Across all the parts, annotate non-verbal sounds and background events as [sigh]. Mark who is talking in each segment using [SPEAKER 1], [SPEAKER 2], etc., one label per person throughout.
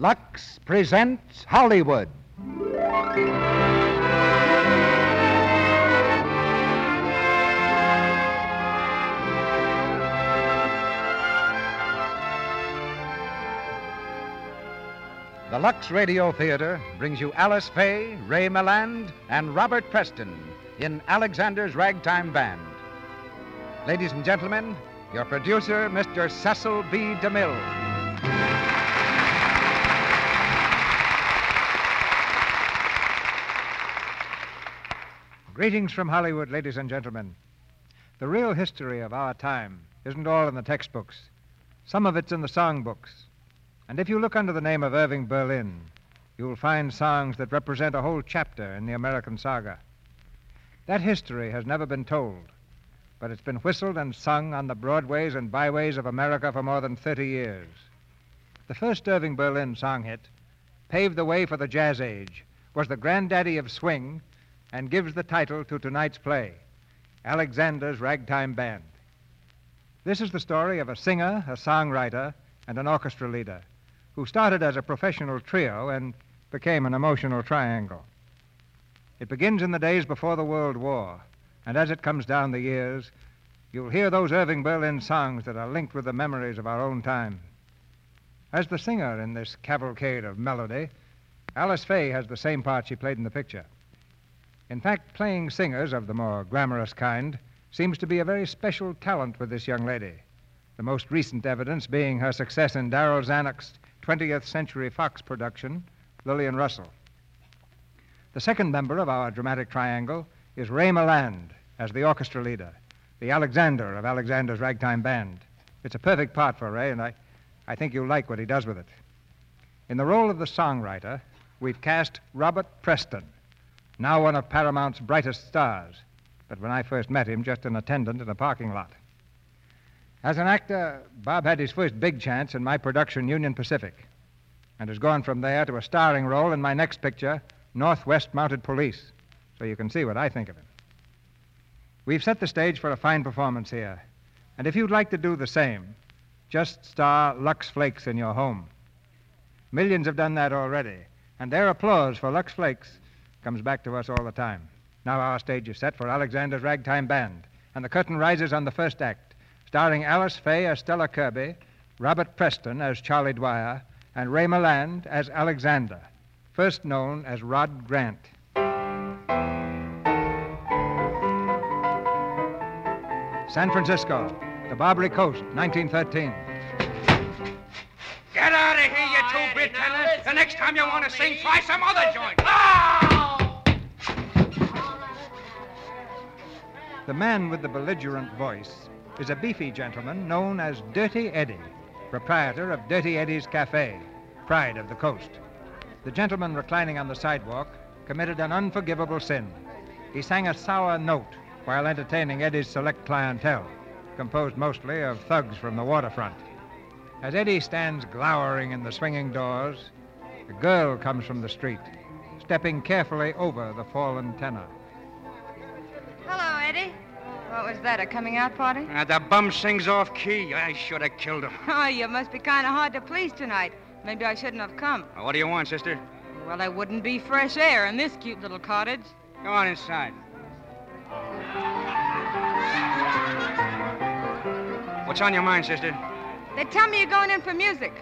[SPEAKER 1] Lux presents Hollywood. The Lux Radio Theater brings you Alice Faye, Ray Milland, and Robert Preston in Alexander's Ragtime Band. Ladies and gentlemen, your producer, Mr. Cecil B. DeMille. Greetings from Hollywood, ladies and gentlemen. The real history of our time isn't all in the textbooks. Some of it's in the songbooks. And if you look under the name of Irving Berlin, you'll find songs that represent a whole chapter in the American saga. That history has never been told, but it's been whistled and sung on the broadways and byways of America for more than 30 years. The first Irving Berlin song hit paved the way for the jazz age, was the granddaddy of swing, and gives the title to tonight's play, Alexander's Ragtime Band. This is the story of a singer, a songwriter, and an orchestra leader who started as a professional trio and became an emotional triangle. It begins in the days before the World War, and as it comes down the years, you'll hear those Irving Berlin songs that are linked with the memories of our own time. As the singer in this cavalcade of melody, Alice Faye has the same part she played in the picture. In fact, playing singers of the more glamorous kind seems to be a very special talent with this young lady. The most recent evidence being her success in Daryl Zanuck's 20th Century Fox production, Lillian Russell. The second member of our dramatic triangle is Ray Milland as the orchestra leader, the Alexander of Alexander's Ragtime Band. It's a perfect part for Ray, and I, I think you'll like what he does with it. In the role of the songwriter, we've cast Robert Preston now one of Paramount's brightest stars, but when I first met him, just an attendant in a parking lot. As an actor, Bob had his first big chance in my production, Union Pacific, and has gone from there to a starring role in my next picture, Northwest Mounted Police, so you can see what I think of him. We've set the stage for a fine performance here, and if you'd like to do the same, just star Lux Flakes in your home. Millions have done that already, and their applause for Lux Flakes comes back to us all the time. Now our stage is set for Alexander's Ragtime Band, and the curtain rises on the first act, starring Alice Faye as Stella Kirby, Robert Preston as Charlie Dwyer, and Ray Milland as Alexander, first known as Rod Grant. San Francisco, the Barbary Coast, 1913.
[SPEAKER 2] Get out of here, you two bit tenors. The next time you want to sing, try some other joint.
[SPEAKER 1] The man with the belligerent voice is a beefy gentleman known as Dirty Eddie, proprietor of Dirty Eddie's Cafe, pride of the coast. The gentleman reclining on the sidewalk committed an unforgivable sin. He sang a sour note while entertaining Eddie's select clientele, composed mostly of thugs from the waterfront. As Eddie stands glowering in the swinging doors, The girl comes from the street, stepping carefully over the fallen tenor.
[SPEAKER 3] Hello, Eddie. What was that, a coming out party?
[SPEAKER 2] Uh, the bum sings off key. I should have killed him.
[SPEAKER 3] Oh, you must be kind of hard to please tonight. Maybe I shouldn't have come.
[SPEAKER 2] Uh, What do you want, sister?
[SPEAKER 3] Well, there wouldn't be fresh air in this cute little cottage.
[SPEAKER 2] Go on inside. What's on your mind, sister?
[SPEAKER 3] They tell me you're going in for music.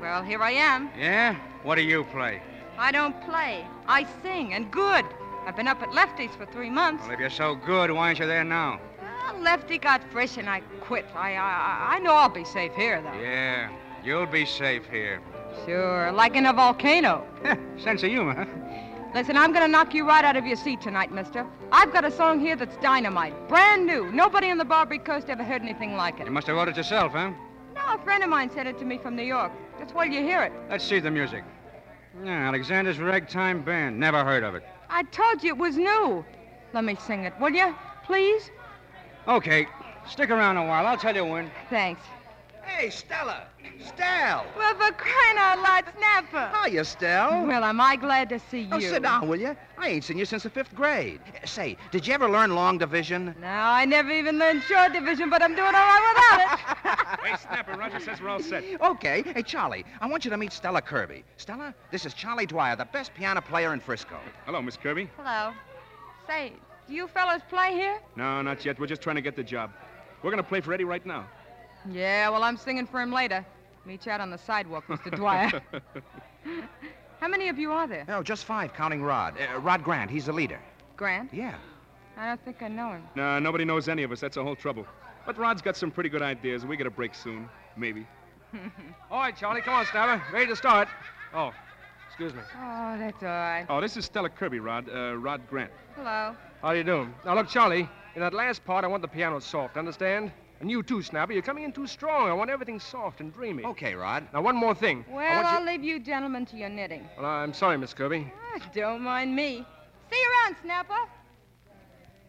[SPEAKER 3] Well, here I am.
[SPEAKER 2] Yeah? What do you play?
[SPEAKER 3] I don't play. I sing, and good. I've been up at Lefty's for three months.
[SPEAKER 2] Well, if you're so good, why aren't you there now?
[SPEAKER 3] Well, Lefty got fresh, and I quit. I, I, I know I'll be safe here, though.
[SPEAKER 2] Yeah, you'll be safe here.
[SPEAKER 3] Sure, like in a volcano.
[SPEAKER 2] Heh, Sense of humor, huh?
[SPEAKER 3] Listen, I'm going to knock you right out of your seat tonight, mister. I've got a song here that's dynamite, brand new. Nobody on the Barbary Coast ever heard anything like it.
[SPEAKER 2] You must have wrote it yourself, huh?
[SPEAKER 3] No, a friend of mine sent it to me from New York. Just while you hear it.
[SPEAKER 2] Let's see the music. Yeah, Alexander's Ragtime Band. Never heard of it.
[SPEAKER 3] I told you it was new. Let me sing it, will you? Please?
[SPEAKER 2] Okay, stick around a while. I'll tell you when.
[SPEAKER 3] Thanks.
[SPEAKER 4] Hey, Stella. Stell.
[SPEAKER 3] Well, for crying out loud, Snapper.
[SPEAKER 4] Hiya, Stell.
[SPEAKER 3] Well, am I glad to see you.
[SPEAKER 4] Oh, sit down, will you? I ain't seen you since the fifth grade. Say, did you ever learn long division?
[SPEAKER 3] No, I never even learned short division, but I'm doing all right without it.
[SPEAKER 5] Hey, Snapper, Roger says we're all set.
[SPEAKER 4] Okay. Hey, Charlie, I want you to meet Stella Kirby. Stella, this is Charlie Dwyer, the best piano player in Frisco.
[SPEAKER 5] Hello, Miss Kirby.
[SPEAKER 3] Hello. Say, do you fellas play here?
[SPEAKER 5] No, not yet. We're just trying to get the job. We're going to play for Eddie right now.
[SPEAKER 3] Yeah, well, I'm singing for him later. Meet you out on the sidewalk,
[SPEAKER 2] [laughs]
[SPEAKER 3] Mr.
[SPEAKER 5] [laughs]
[SPEAKER 3] Dwyer. How many of you are there?
[SPEAKER 4] No, Oh, just five, counting Rod. Uh, Rod Grant, he's the leader.
[SPEAKER 3] Grant?
[SPEAKER 4] Yeah.
[SPEAKER 3] I don't think I know him. [laughs]
[SPEAKER 5] No, nobody knows any of us. That's the whole trouble. But Rod's got some pretty good ideas. We get a break soon. Maybe.
[SPEAKER 2] All right, Charlie, come on, Stabber. Ready to start. Oh, excuse me.
[SPEAKER 3] Oh, that's all right.
[SPEAKER 5] Oh, this is Stella Kirby, Rod. Uh, Rod Grant.
[SPEAKER 3] Hello.
[SPEAKER 2] How do you do? Now, look, Charlie, in that last part, I want the piano soft, understand? And you too, Snapper. You're coming in too strong. I want everything soft and dreamy.
[SPEAKER 4] Okay, Rod.
[SPEAKER 2] Now, one more thing. I
[SPEAKER 3] Well,
[SPEAKER 2] want
[SPEAKER 3] I'll
[SPEAKER 2] you...
[SPEAKER 3] leave you gentlemen to your knitting.
[SPEAKER 2] Well, I'm sorry, Miss Kirby.
[SPEAKER 3] Ah, don't mind me. See you around, Snapper.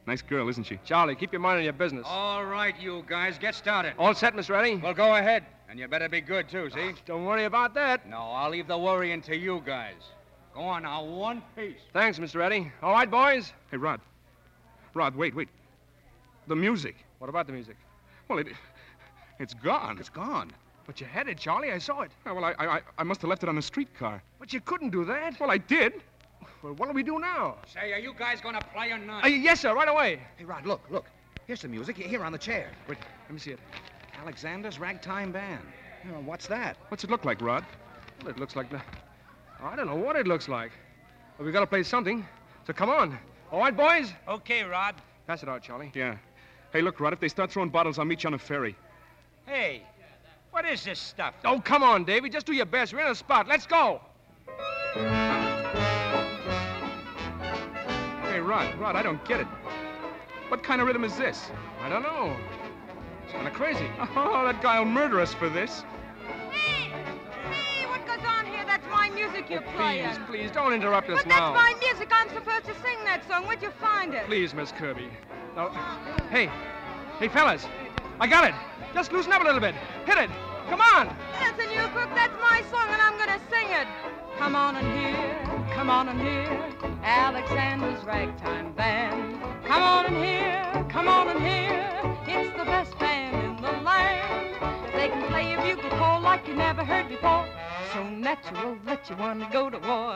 [SPEAKER 5] Nice girl, isn't she?
[SPEAKER 2] Charlie, keep your mind on your business.
[SPEAKER 4] All right, you guys, get started.
[SPEAKER 2] All set, Miss Reddy?
[SPEAKER 4] Well, go ahead. And you better be good, too, see?
[SPEAKER 2] Don't worry about that.
[SPEAKER 4] No, I'll leave the worrying to you guys. Go on now, one piece.
[SPEAKER 2] Thanks, Miss Reddy. All right, boys?
[SPEAKER 5] Hey, Rod. Rod, wait, wait. The music.
[SPEAKER 2] What about the music?
[SPEAKER 5] Well, it, it's gone.
[SPEAKER 4] It's gone.
[SPEAKER 2] But you had it, Charlie. I saw it.
[SPEAKER 5] Oh, well, I, I, I must have left it on the streetcar.
[SPEAKER 2] But you couldn't do that.
[SPEAKER 5] Well, I did.
[SPEAKER 2] Well, what do we do now?
[SPEAKER 4] Say, are you guys gonna play or not?
[SPEAKER 2] Uh, yes, sir, right away.
[SPEAKER 4] Hey, Rod, look, look. Here's some music here on the chair.
[SPEAKER 2] Wait, let me see it.
[SPEAKER 4] Alexander's Ragtime Band. Oh, what's that?
[SPEAKER 5] What's it look like, Rod?
[SPEAKER 2] Well, it looks like the... I don't know what it looks like. But we got to play something. So come on. All right, boys?
[SPEAKER 4] Okay, Rod.
[SPEAKER 2] Pass it out, Charlie.
[SPEAKER 5] Yeah. Hey, look, Rod, if they start throwing bottles, I'll meet you on a ferry.
[SPEAKER 4] Hey, what is this stuff?
[SPEAKER 2] Oh, come on, Davy. Just do your best. We're in a spot. Let's go.
[SPEAKER 5] Hey, Rod, Rod, I don't get it. What kind of rhythm is this?
[SPEAKER 2] I don't know. It's kind of crazy.
[SPEAKER 5] [laughs] Oh, that guy'll murder us for this.
[SPEAKER 3] Hey! Hey, what goes on here? That's my music you're playing.
[SPEAKER 2] Oh, Please, please, don't interrupt us
[SPEAKER 3] But that's
[SPEAKER 2] now.
[SPEAKER 3] my music. I'm supposed to sing that song. Where'd you find it?
[SPEAKER 2] Please, Miss Kirby. Now, hey, hey, fellas, I got it. Just loosen up a little bit. Hit it. Come on.
[SPEAKER 3] Listen, you crook, that's my song, and I'm gonna sing it. Come on in here, come on in here, Alexander's ragtime band. Come on in here, come on in here, it's the best band in the land. They can play a bugle call like you never heard before. So natural that you wanna go to war.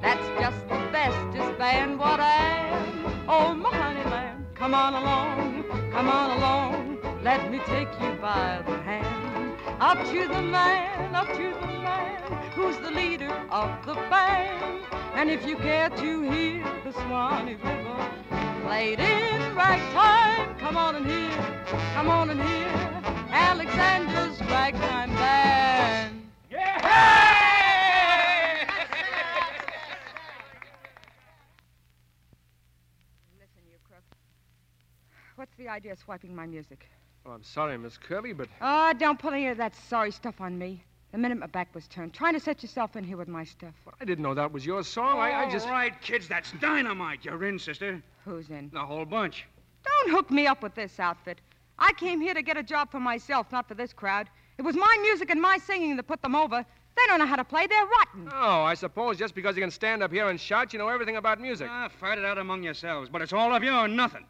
[SPEAKER 3] That's just the bestest band what I am. Oh my honey lamb, come on along, come on along, let me take you by the hand. Up to the man, up to the man, who's the leader of the band. And if you care to hear the Swanee River played in ragtime, come on and hear, come on and hear Alexander's ragtime band. Listen, you crook. What's the idea of swiping my music?
[SPEAKER 2] Oh, I'm sorry, Miss Kirby, but
[SPEAKER 3] Oh, don't put any of that sorry stuff on me. The minute my back was turned, trying to set yourself in here with my stuff.
[SPEAKER 2] I didn't know that was your song. I, I just.
[SPEAKER 4] All right, kids, that's dynamite. You're in, sister.
[SPEAKER 3] Who's in?
[SPEAKER 4] The whole bunch.
[SPEAKER 3] Don't hook me up with this outfit. I came here to get a job for myself, not for this crowd. It was my music and my singing that put them over. They don't know how to play. They're rotten.
[SPEAKER 2] Oh, I suppose just because you can stand up here and shout, you know everything about music.
[SPEAKER 6] Ah, fight it out among yourselves, but it's all of you or nothing.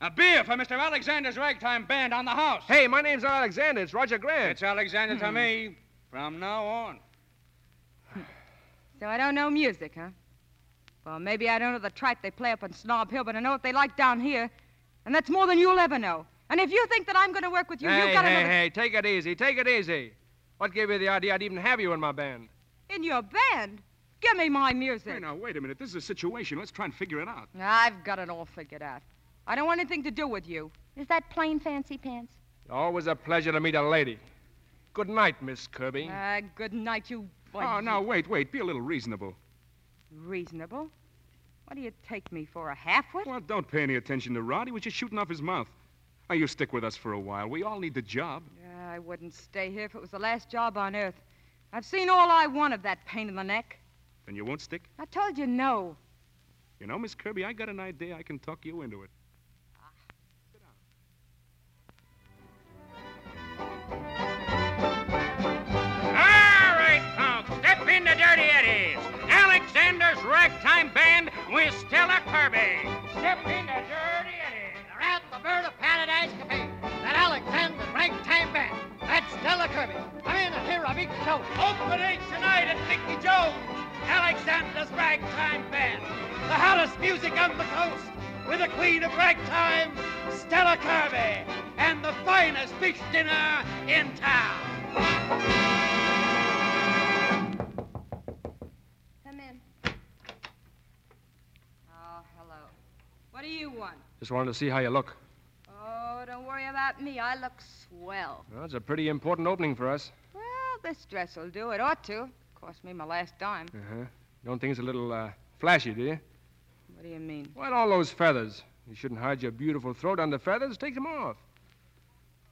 [SPEAKER 6] A beer for Mr. Alexander's ragtime band on the house.
[SPEAKER 2] Hey, my name's not Alexander. It's Roger Grant. Hmm.
[SPEAKER 6] It's Alexander to me from now on.
[SPEAKER 3] So I don't know music, huh? Well, maybe I don't know the trite they play up on Snob Hill, but I know what they like down here. And that's more than you'll ever know. And if you think that I'm going to work with you,
[SPEAKER 2] hey,
[SPEAKER 3] you've got
[SPEAKER 2] hey,
[SPEAKER 3] another...
[SPEAKER 2] hey, take it easy. Take it easy. What gave you the idea I'd even have you in my band?
[SPEAKER 3] In your band? Give me my music.
[SPEAKER 5] Hey, now, wait a minute. This is a situation. Let's try and figure it out.
[SPEAKER 3] I've got it all figured out. I don't want anything to do with you.
[SPEAKER 7] Is that plain fancy pants?
[SPEAKER 2] Always a pleasure to meet a lady. Good night, Miss Kirby.
[SPEAKER 3] Ah, good night, you. boy,
[SPEAKER 5] Oh,
[SPEAKER 3] you-
[SPEAKER 5] now, wait, wait. Be a little reasonable.
[SPEAKER 3] Reasonable? What do you take me for, a halfwit?
[SPEAKER 5] Well, don't pay any attention to Rod. He was just shooting off his mouth. Now, you stick with us for a while. We all need the job.
[SPEAKER 3] I wouldn't stay here if it was the last job on earth. I've seen all I want of that pain in the neck.
[SPEAKER 5] Then you won't stick?
[SPEAKER 3] I told you no.
[SPEAKER 5] You know, Miss Kirby, I got an idea. I can talk you into it.
[SPEAKER 6] All right, folks, step into Dirty Eddie's. Alexander's ragtime band with Stella Kirby. Step into Dirty Eddie's. They're at the Bird of Paradise Cafe. That Alexander's ragtime band. That's Stella Kirby. Come in and hear a big show. Opening tonight at Mickey Jones. Alexander's ragtime band. The hottest music on the coast. With the queen of ragtime, Stella Kirby. And the finest fish dinner in town.
[SPEAKER 7] Come in.
[SPEAKER 3] Oh, hello. What do you want?
[SPEAKER 2] Just wanted to see how you look.
[SPEAKER 3] Oh, don't worry about me. I look swell.
[SPEAKER 2] Well, it's a pretty important opening for us.
[SPEAKER 3] Well, this dress will do. It ought to. Cost me my last dime.
[SPEAKER 2] Uh huh. Don't think it's a little uh, flashy, do you?
[SPEAKER 3] What do you mean?
[SPEAKER 2] Well, all those feathers. You shouldn't hide your beautiful throat under feathers. Take them off.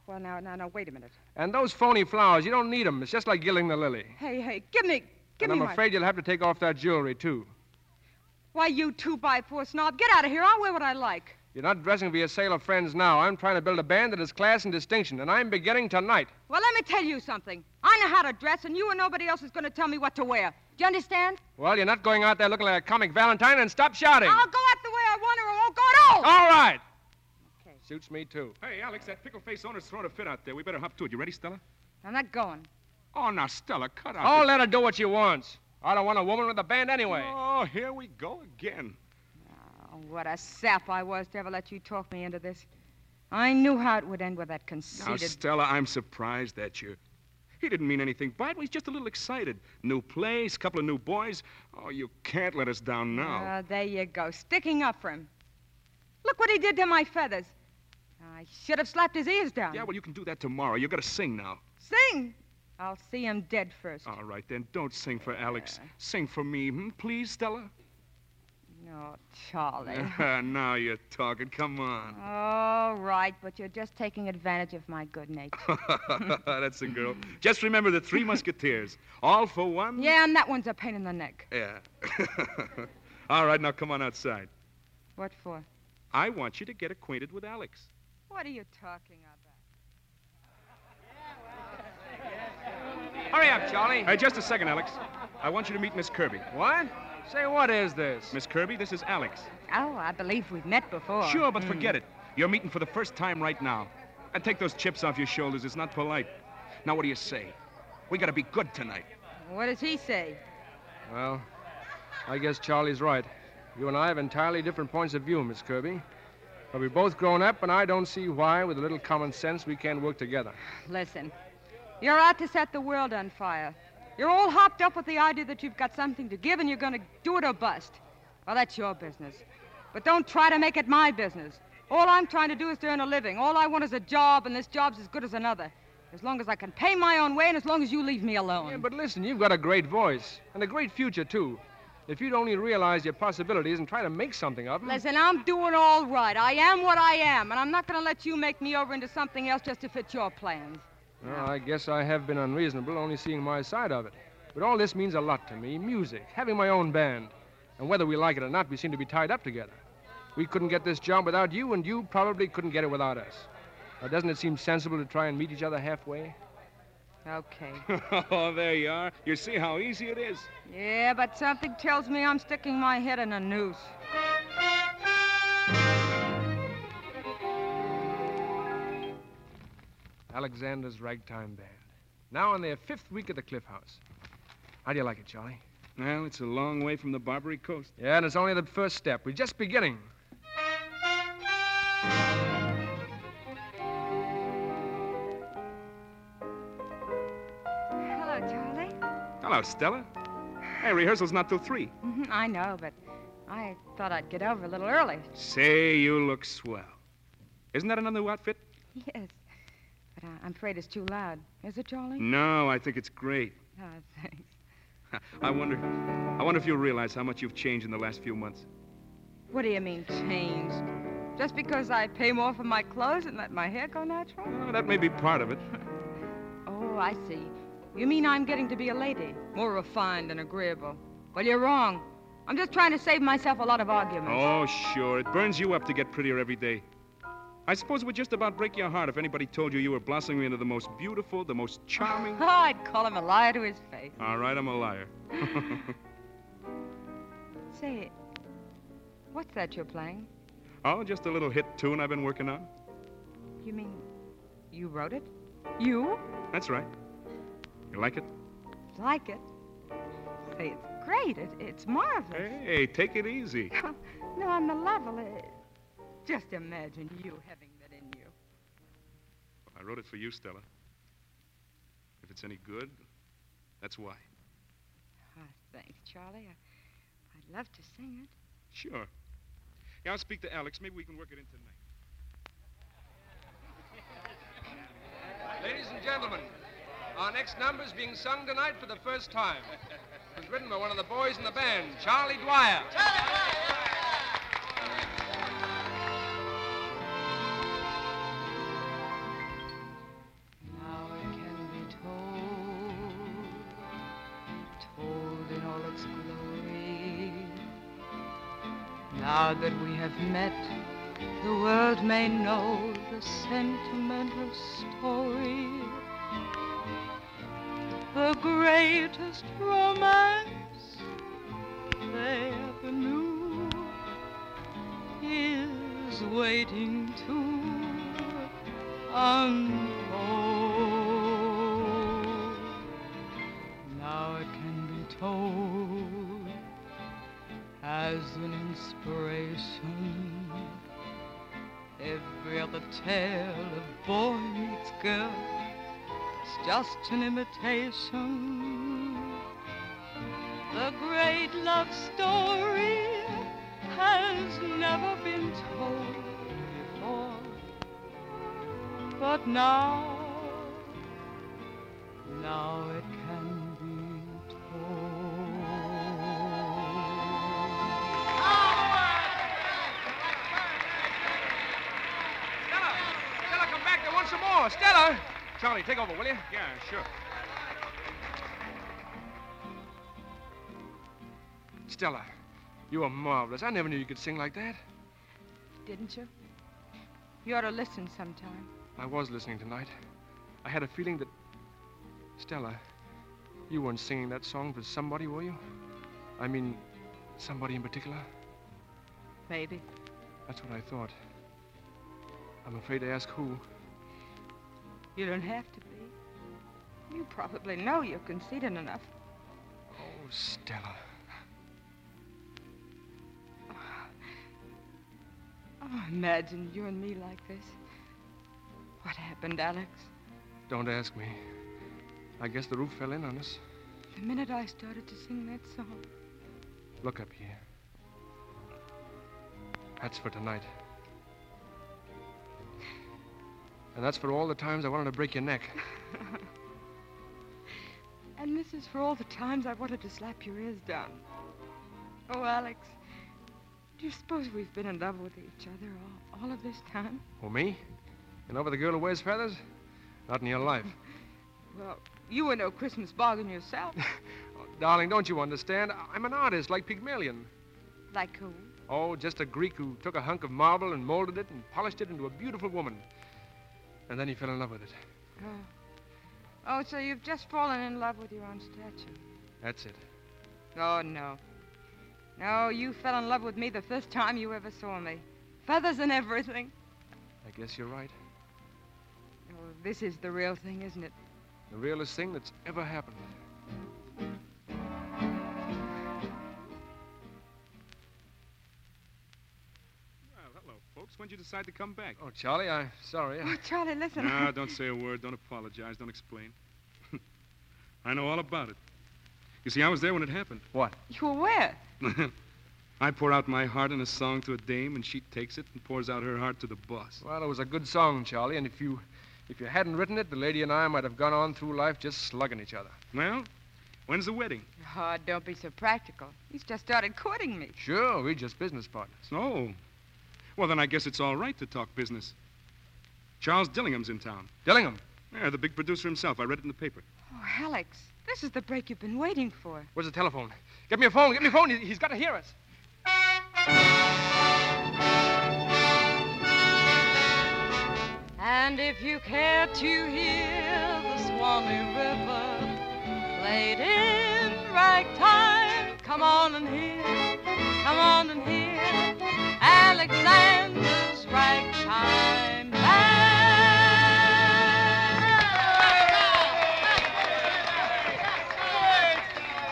[SPEAKER 3] Well, now, now, now, wait a minute.
[SPEAKER 2] And those phony flowers, you don't need them. It's just like gilding the lily.
[SPEAKER 3] Hey, hey, give me, give
[SPEAKER 2] and
[SPEAKER 3] me
[SPEAKER 2] I'm
[SPEAKER 3] my...
[SPEAKER 2] afraid you'll have to take off that jewelry, too.
[SPEAKER 3] Why, you two by four snob, get out of here. I'll wear what I like.
[SPEAKER 2] You're not dressing for your sailor friends now. I'm trying to build a band that is class and distinction, and I'm beginning tonight.
[SPEAKER 3] Well, let me tell you something. I know how to dress, and you and nobody else is going to tell me what to wear. Do you understand?
[SPEAKER 2] Well, you're not going out there looking like a comic Valentine and stop shouting.
[SPEAKER 3] I'll go out the way I want, or I won't go at all.
[SPEAKER 2] All right.
[SPEAKER 3] Okay.
[SPEAKER 2] Suits me, too.
[SPEAKER 5] Hey, Alex, that pickle face owner's throwing a fit out there. We better hop to it. You ready, Stella?
[SPEAKER 3] I'm not going.
[SPEAKER 5] Oh, now, Stella, cut out.
[SPEAKER 2] Oh,
[SPEAKER 5] the-
[SPEAKER 2] let her do what she wants. I don't want a woman with a band anyway.
[SPEAKER 5] Oh, here we go again.
[SPEAKER 3] Oh, what a sap I was to ever let you talk me into this. I knew how it would end with that
[SPEAKER 5] Now,
[SPEAKER 3] conceited.
[SPEAKER 5] Stella, I'm surprised at you. He didn't mean anything by it. He's just a little excited. New place, couple of new boys. Oh, you can't let us down now.
[SPEAKER 3] Ah, there you go, sticking up for him. Look what he did to my feathers. I should have slapped his ears down.
[SPEAKER 5] yeah, well, you can do that tomorrow. You gotta sing now.
[SPEAKER 3] Sing. I'll see him dead first.
[SPEAKER 5] All right, then. Don't sing for Alex. Sing for me, hmm? please, Stella.
[SPEAKER 3] No, Charlie.
[SPEAKER 5] [laughs] now you're talking. Come on.
[SPEAKER 3] All right, but you're just taking advantage of my good nature.
[SPEAKER 5] [laughs] That's a girl. Just remember the three musketeers. All for one?
[SPEAKER 3] yeah, and that one's a pain in the neck.
[SPEAKER 5] Yeah. [laughs] All right, now come on outside.
[SPEAKER 3] What for?
[SPEAKER 5] I want you to get acquainted with Alex.
[SPEAKER 3] What are you talking about?
[SPEAKER 2] Hurry up, Charlie.
[SPEAKER 5] Hey, just a second, Alex. I want you to meet Miss Kirby.
[SPEAKER 2] What? Say, what is this?
[SPEAKER 5] Miss Kirby, this is Alex.
[SPEAKER 3] Oh, I believe we've met before.
[SPEAKER 5] Sure, but forget
[SPEAKER 2] Hmm.
[SPEAKER 5] it. You're meeting for the first time right now. And take those chips off your shoulders. It's not polite. Now, what do you say? We gotta be good tonight.
[SPEAKER 3] What does he say?
[SPEAKER 2] Well, I guess Charlie's right. You and I have entirely different points of view, Miss Kirby. But we've both grown up, and I don't see why, with a little common sense, we can't work together.
[SPEAKER 3] Listen, you're out to set the world on fire. You're all hopped up with the idea that you've got something to give and you're going to do it or bust. Well, that's your business. But don't try to make it my business. All I'm trying to do is to earn a living. All I want is a job, and this job's as good as another. As long as I can pay my own way and as long as you leave me alone.
[SPEAKER 2] Yeah, but listen, you've got a great voice and a great future, too. If you'd only realize your possibilities and try to make something of them.
[SPEAKER 3] Listen, I'm doing all right. I am what I am, and I'm not going to let you make me over into something else just to fit your plans.
[SPEAKER 2] Well, I guess I have been unreasonable, only seeing my side of it. But all this means a lot to me music, having my own band. And whether we like it or not, we seem to be tied up together. We couldn't get this job without you, and you probably couldn't get it without us. Now, doesn't it seem sensible to try and meet each other halfway?
[SPEAKER 3] Okay.
[SPEAKER 5] [laughs] oh, there you are. You see how easy it is.
[SPEAKER 3] Yeah, but something tells me I'm sticking my head in a noose.
[SPEAKER 2] Alexander's Ragtime Band. Now in their fifth week at the Cliff House. How do you like it, Charlie?
[SPEAKER 5] Well, it's a long way from the Barbary Coast.
[SPEAKER 2] Yeah, and it's only the first step. We're just beginning.
[SPEAKER 7] Hello, Charlie.
[SPEAKER 5] Hello, Stella. Hey, rehearsal's not till three.
[SPEAKER 3] Mhm, I know, but I thought I'd get over a little early. [laughs]
[SPEAKER 5] Say, you look swell. Isn't that another new outfit?
[SPEAKER 3] Yes. But I, I'm afraid it's too loud. Is it, Charlie? [laughs]
[SPEAKER 5] No, I think it's great. [laughs]
[SPEAKER 3] Oh, thanks.
[SPEAKER 5] I wonder, I wonder if you realize how much you've changed in the last few months.
[SPEAKER 3] What do you mean, changed? Just because I pay more for my clothes and let my hair go natural?
[SPEAKER 5] Well, that may be part of it.
[SPEAKER 3] Oh, I see. You mean I'm getting to be a lady, more refined and agreeable. Well, you're wrong. I'm just trying to save myself a lot of arguments.
[SPEAKER 5] Oh, sure. It burns you up to get prettier every day. I suppose it would just about break your heart if anybody told you you were blossoming into the most beautiful, the most
[SPEAKER 3] [laughs]
[SPEAKER 5] charming.
[SPEAKER 3] Oh, I'd call him a liar to his face.
[SPEAKER 5] All right, I'm a liar. [laughs]
[SPEAKER 3] Say, what's that you're playing?
[SPEAKER 5] oh, just a little hit tune I've been working on.
[SPEAKER 3] You mean you wrote it? You?
[SPEAKER 5] That's right. You like it?
[SPEAKER 3] Like it? Say, it's great. It, it's marvelous.
[SPEAKER 5] Hey, take it easy.
[SPEAKER 3] No, on the level, it, just imagine you having that in you.
[SPEAKER 5] I wrote it for you, Stella. If it's any good, that's why.
[SPEAKER 3] Ah, thanks, Charlie. I, I'd love to sing it.
[SPEAKER 5] Sure. Yeah, I'll speak to Alex. Maybe we can work it in tonight.
[SPEAKER 2] Ladies and gentlemen, our next number is being sung tonight for the first time. It was written by one of the boys in the band, Charlie Dwyer.
[SPEAKER 3] Now it can be told, told in all its glory. Now that we have met, the world may know the sentimental story. The greatest romance they ever knew is waiting to unfold. Now it can be told as an inspiration. Every other tale of boy meets girl is just an imitation. The great love story has never been told before. But now, now it can be told.
[SPEAKER 2] Stella! Stella, come back. They want some more. Stella! Charlie, take over, will you?
[SPEAKER 5] Yeah, sure.
[SPEAKER 2] Stella, you are marvelous. I never knew you could sing like that.
[SPEAKER 3] Didn't you? You ought to listen sometime.
[SPEAKER 2] I was listening tonight. I had a feeling that. Stella, you weren't singing that song for somebody, were you? I mean, somebody in particular?
[SPEAKER 3] Maybe.
[SPEAKER 2] That's what I thought. I'm afraid to ask who.
[SPEAKER 3] You don't have to be. You probably know you're conceited enough.
[SPEAKER 2] Oh, Stella.
[SPEAKER 3] Oh, imagine you and me like this. What happened, Alex?
[SPEAKER 2] Don't ask me. I guess the roof fell in on us.
[SPEAKER 3] The minute I started to sing that song,
[SPEAKER 2] Look up here. That's for tonight. And that's for all the times I wanted to break your neck.
[SPEAKER 3] and this is for all the times I wanted to slap your ears down. Oh, Alex, do you suppose we've been in love with each other all, all of this time?
[SPEAKER 2] Who, me? And over the girl who wears feathers? Not in your life.
[SPEAKER 3] Well, you were no Christmas bargain [laughs] yourself.
[SPEAKER 2] Oh, darling, don't you understand? I- I'm an artist like Pygmalion.
[SPEAKER 3] like who?
[SPEAKER 2] Oh, just a Greek who took a hunk of marble and molded it and polished it into a beautiful woman. And then he fell in love with it.
[SPEAKER 3] Oh. Oh, so you've just fallen in love with your own statue.
[SPEAKER 2] That's it.
[SPEAKER 3] Oh, no. No, you fell in love with me the first time you ever saw me. Feathers and everything.
[SPEAKER 2] I guess you're right.
[SPEAKER 3] Oh, this is the real thing, isn't it?
[SPEAKER 2] The realest thing that's ever happened.
[SPEAKER 5] Well, hello, folks. When'd you decide to come back?
[SPEAKER 2] Oh, Charlie, I'm sorry.
[SPEAKER 3] Oh,
[SPEAKER 2] I-
[SPEAKER 3] Charlie, listen.
[SPEAKER 5] No, don't say a word. Don't apologize. Don't explain. [laughs] I know all about it. You see, I was there when it happened.
[SPEAKER 2] What?
[SPEAKER 3] You were where?
[SPEAKER 5] I pour out my heart in a song to a dame, and she takes it and pours out her heart to the boss.
[SPEAKER 2] Well, it was a good song, Charlie, and if you if you hadn't written it, the lady and I might have gone on through life just slugging each other.
[SPEAKER 5] Well, when's the wedding?
[SPEAKER 3] Oh, don't be so practical. He's just started courting me.
[SPEAKER 2] Sure, we're just business partners.
[SPEAKER 5] Oh. Well, then I guess it's all right to talk business. Charles Dillingham's in town.
[SPEAKER 2] Dillingham,
[SPEAKER 5] Yeah, the big producer himself. I read it in the paper.
[SPEAKER 3] Oh, Alex, this is the break you've been waiting for.
[SPEAKER 2] where's the telephone? Get me a phone. Get me a phone. He- He's got to hear us.
[SPEAKER 3] And if you care to hear the Swanee River played in ragtime, come on and hear, come on and hear Alexander's ragtime band.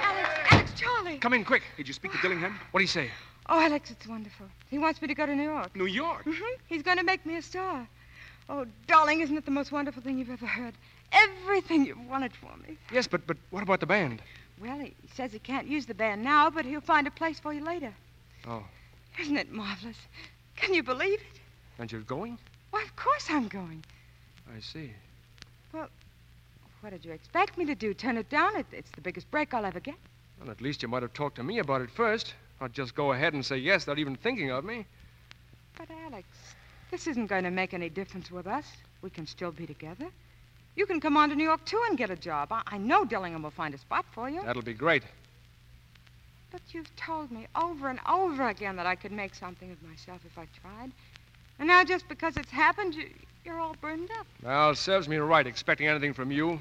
[SPEAKER 3] Alex, Alex, Charlie.
[SPEAKER 2] Come in quick.
[SPEAKER 5] Did you speak to Dillingham?
[SPEAKER 2] What do you say?
[SPEAKER 3] Oh, Alex, it's wonderful. He wants me to go to New York.
[SPEAKER 5] New York.
[SPEAKER 3] hmm He's going to make me a star. Oh, darling, isn't it the most wonderful thing you've ever heard? Everything you've wanted for me.
[SPEAKER 2] Yes, but but what about the band?
[SPEAKER 3] Well, he he says he can't use the band now, but he'll find a place for you later.
[SPEAKER 2] Oh,
[SPEAKER 3] Isn't it marvelous? Can you believe it?
[SPEAKER 2] and you're going?
[SPEAKER 3] Why, of course I'm going.
[SPEAKER 2] I see.
[SPEAKER 3] What did you expect me to do? Turn it down? It, it's the biggest break I'll ever get.
[SPEAKER 2] Well, at least you might have talked to me about it first. Not just go ahead and say yes without even thinking of me.
[SPEAKER 3] But, Alex, this isn't going to make any difference with us. We can still be together. You can come on to New York, too, and get a job. I, I know Dillingham will find a spot for you.
[SPEAKER 2] That'll be great.
[SPEAKER 3] But you've told me over and over again that I could make something of myself if I tried. And now, just because it's happened, you, you're all burned up.
[SPEAKER 2] Well, serves me right expecting anything from you.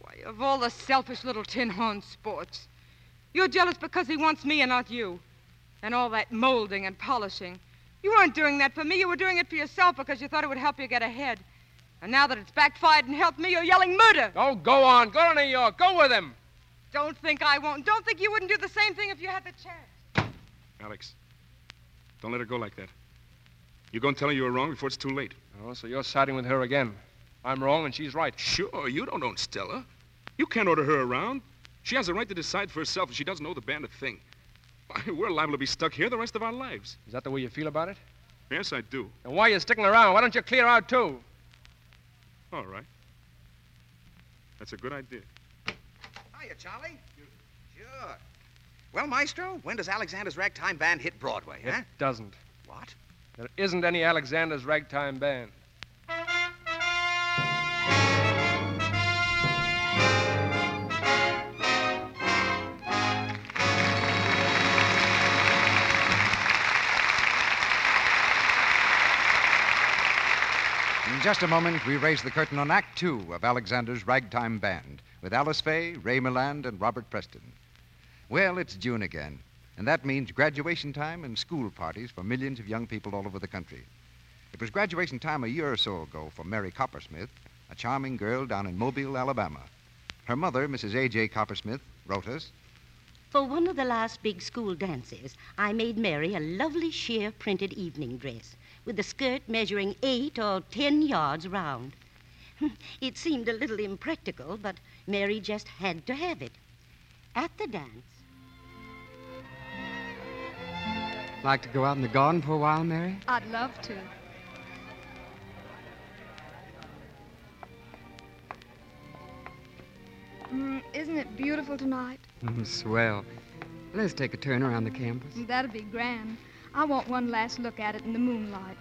[SPEAKER 3] Why, of all the selfish little tin horn sports, you're jealous because he wants me and not you. And all that molding and polishing. You weren't doing that for me. You were doing it for yourself because you thought it would help you get ahead. And now that it's backfired and helped me, you're yelling murder.
[SPEAKER 2] Oh, go on. Go to New York. Go with him.
[SPEAKER 3] Don't think I won't. Don't think you wouldn't do the same thing if you had the chance.
[SPEAKER 5] Alex, don't let her go like that. You go and tell her you were wrong before it's too late.
[SPEAKER 2] Oh, so you're siding with her again. I'm wrong and she's right.
[SPEAKER 5] Sure, you don't own Stella. You can't order her around. She has a right to decide for herself, and she doesn't owe the band a thing. Why, We're liable to be stuck here the rest of our lives.
[SPEAKER 2] Is that the way you feel about it?
[SPEAKER 5] Yes, I do.
[SPEAKER 2] And why are you sticking around? Why don't you clear out, too?
[SPEAKER 5] All right. That's a good idea.
[SPEAKER 4] Hiya, Charlie. Sure. Well, Maestro, when does Alexander's Ragtime Band hit Broadway, huh?
[SPEAKER 2] It doesn't.
[SPEAKER 4] What?
[SPEAKER 2] There isn't any Alexander's ragtime band.
[SPEAKER 8] In just a moment, we raise the curtain on Act Two of Alexander's Ragtime Band with Alice Faye, Ray Milland, and Robert Preston. Well, it's June again, and that means graduation time and school parties for millions of young people all over the country. It was graduation time a year or so ago for Mary Coppersmith, a charming girl down in Mobile, Alabama. Her mother, Mrs. A.J. Coppersmith, wrote us
[SPEAKER 9] For one of the last big school dances, I made Mary a lovely sheer printed evening dress with a skirt measuring eight or ten yards round. [laughs] It seemed a little impractical, but Mary just had to have it. At the dance,
[SPEAKER 10] Like to go out in the garden for a while, Mary?
[SPEAKER 7] I'd love to. Mm, isn't it beautiful tonight?
[SPEAKER 10] Mm, swell. Let's take a turn around the campus. [laughs]
[SPEAKER 7] That'd be grand. I want one last look at it in the moonlight.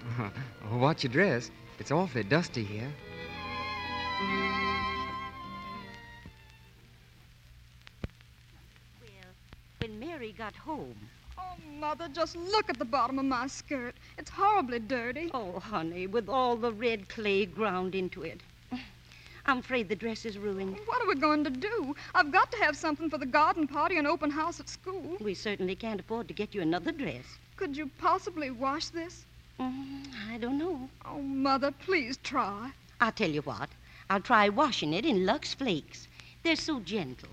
[SPEAKER 10] Watch your dress. It's awfully dusty here.
[SPEAKER 9] well, when Mary got home,
[SPEAKER 7] Oh, Mother, just look at the bottom of my skirt. It's horribly dirty.
[SPEAKER 9] oh, honey, with all the red clay ground into it. I'm afraid the dress is ruined.
[SPEAKER 7] What are we going to do? I've got to have something for the garden party and open house at school.
[SPEAKER 9] We certainly can't afford to get you another dress.
[SPEAKER 7] Could you possibly wash this?
[SPEAKER 9] Mm, I don't know.
[SPEAKER 7] Oh, Mother, please try.
[SPEAKER 9] I'll tell you what. I'll try washing it in Lux Flakes. They're so gentle.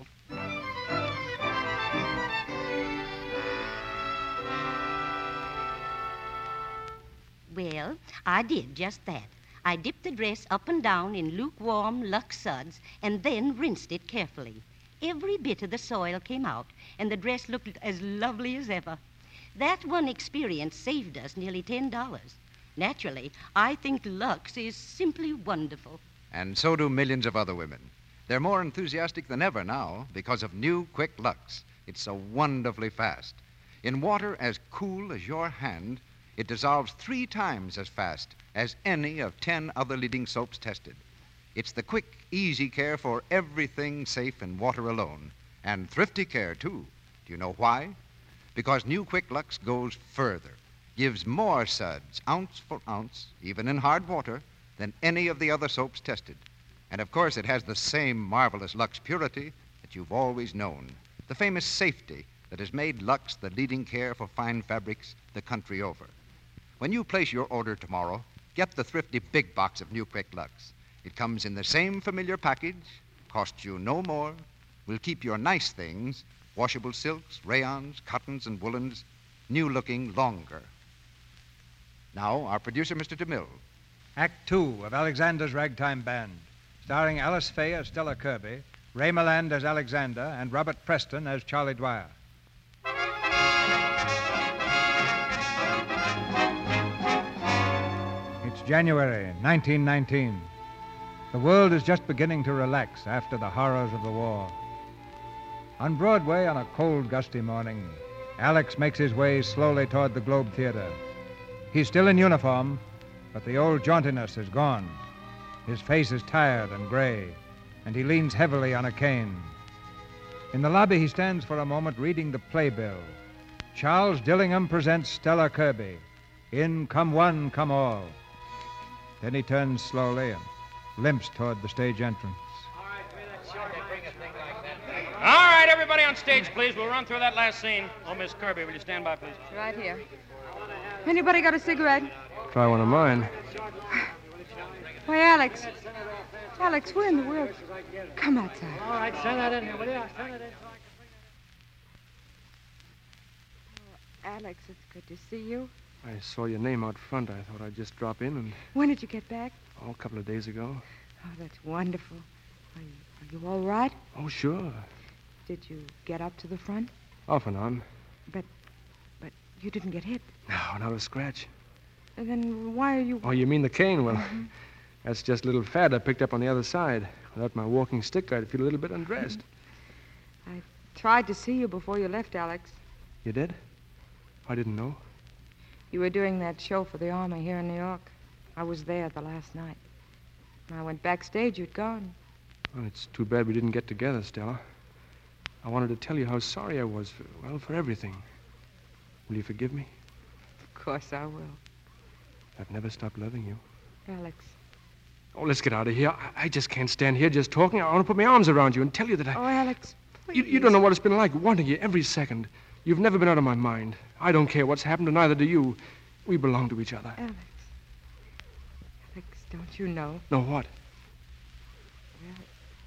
[SPEAKER 9] Well, I did just that. I dipped the dress up and down in lukewarm Lux suds and then rinsed it carefully. Every bit of the soil came out, and the dress looked as lovely as ever. That one experience saved us nearly $10. Naturally, I think Lux is simply wonderful.
[SPEAKER 8] And so do millions of other women. They're more enthusiastic than ever now because of new Quick Lux. It's so wonderfully fast. In water as cool as your hand, it dissolves three times as fast as any of ten other leading soaps tested. It's the quick, easy care for everything safe in water alone, and thrifty care, too. Do you know why? Because new Quick Lux goes further, gives more suds, ounce for ounce, even in hard water, than any of the other soaps tested. And of course, it has the same marvelous Lux purity that you've always known. The famous safety that has made Lux the leading care for fine fabrics the country over. When you place your order tomorrow, get the thrifty big box of New Quick Lux. It comes in the same familiar package, costs you no more, will keep your nice things, washable silks, rayons, cottons, and woolens, new looking longer. Now, our producer, Mr. DeMille.
[SPEAKER 1] Act two of Alexander's Ragtime Band, starring Alice Faye as Stella Kirby, Ray Milland as Alexander, and Robert Preston as Charlie Dwyer. It's January 1919. The world is just beginning to relax after the horrors of the war. On Broadway, on a cold, gusty morning, Alex makes his way slowly toward the Globe Theater. He's still in uniform, but the old jauntiness is gone. His face is tired and gray, and he leans heavily on a cane. In the lobby, he stands for a moment reading the playbill. Charles Dillingham presents Stella Kirby. In come one, come all. Then he turns slowly and limps toward the stage entrance.
[SPEAKER 6] All right, everybody on stage, please. We'll run through that last scene. Oh, Miss Kirby, will you stand by, please?
[SPEAKER 11] Right here. Anybody got a cigarette?
[SPEAKER 2] Try one of mine.
[SPEAKER 11] Why, Alex. Alex, where in the world? Come outside.
[SPEAKER 12] All right, send that in here, will you? Send it in.
[SPEAKER 11] Alex, it's good to see you.
[SPEAKER 2] I saw your name out front. I thought I'd just drop in and.
[SPEAKER 11] When did you get back?
[SPEAKER 2] Oh, a couple of days ago.
[SPEAKER 11] Oh, that's wonderful. Are you, are you all right?
[SPEAKER 2] Oh, sure.
[SPEAKER 11] Did you get up to the front?
[SPEAKER 2] Off and on.
[SPEAKER 11] But, but you didn't get hit.
[SPEAKER 2] No, not a scratch.
[SPEAKER 11] And then why are you? Mm-hmm.
[SPEAKER 2] Oh, you mean the cane? Well, [laughs] that's just a little fad I picked up on the other side. Without my walking stick, I'd feel a little bit undressed.
[SPEAKER 11] Mm-hmm. I tried to see you before you left, Alex.
[SPEAKER 2] You did? I didn't know.
[SPEAKER 11] You were doing that show for the Army here in New York. I was there the last night. When I went backstage, you'd gone.
[SPEAKER 2] Well, it's too bad we didn't get together, Stella. I wanted to tell you how sorry I was for, well, for everything. Will you forgive me?
[SPEAKER 11] Of course I will.
[SPEAKER 2] I've never stopped loving you.
[SPEAKER 11] Alex.
[SPEAKER 2] Oh, let's get out of here. I, I just can't stand here just talking. I want to put my arms around you and tell you that I.
[SPEAKER 11] Oh, Alex,
[SPEAKER 2] You, you don't know what it's been like wanting you every second. You've never been out of my mind. I don't care what's happened, and neither do you. We belong to each other.
[SPEAKER 11] Alex. Alex, don't you know?
[SPEAKER 2] No, what?
[SPEAKER 11] Well,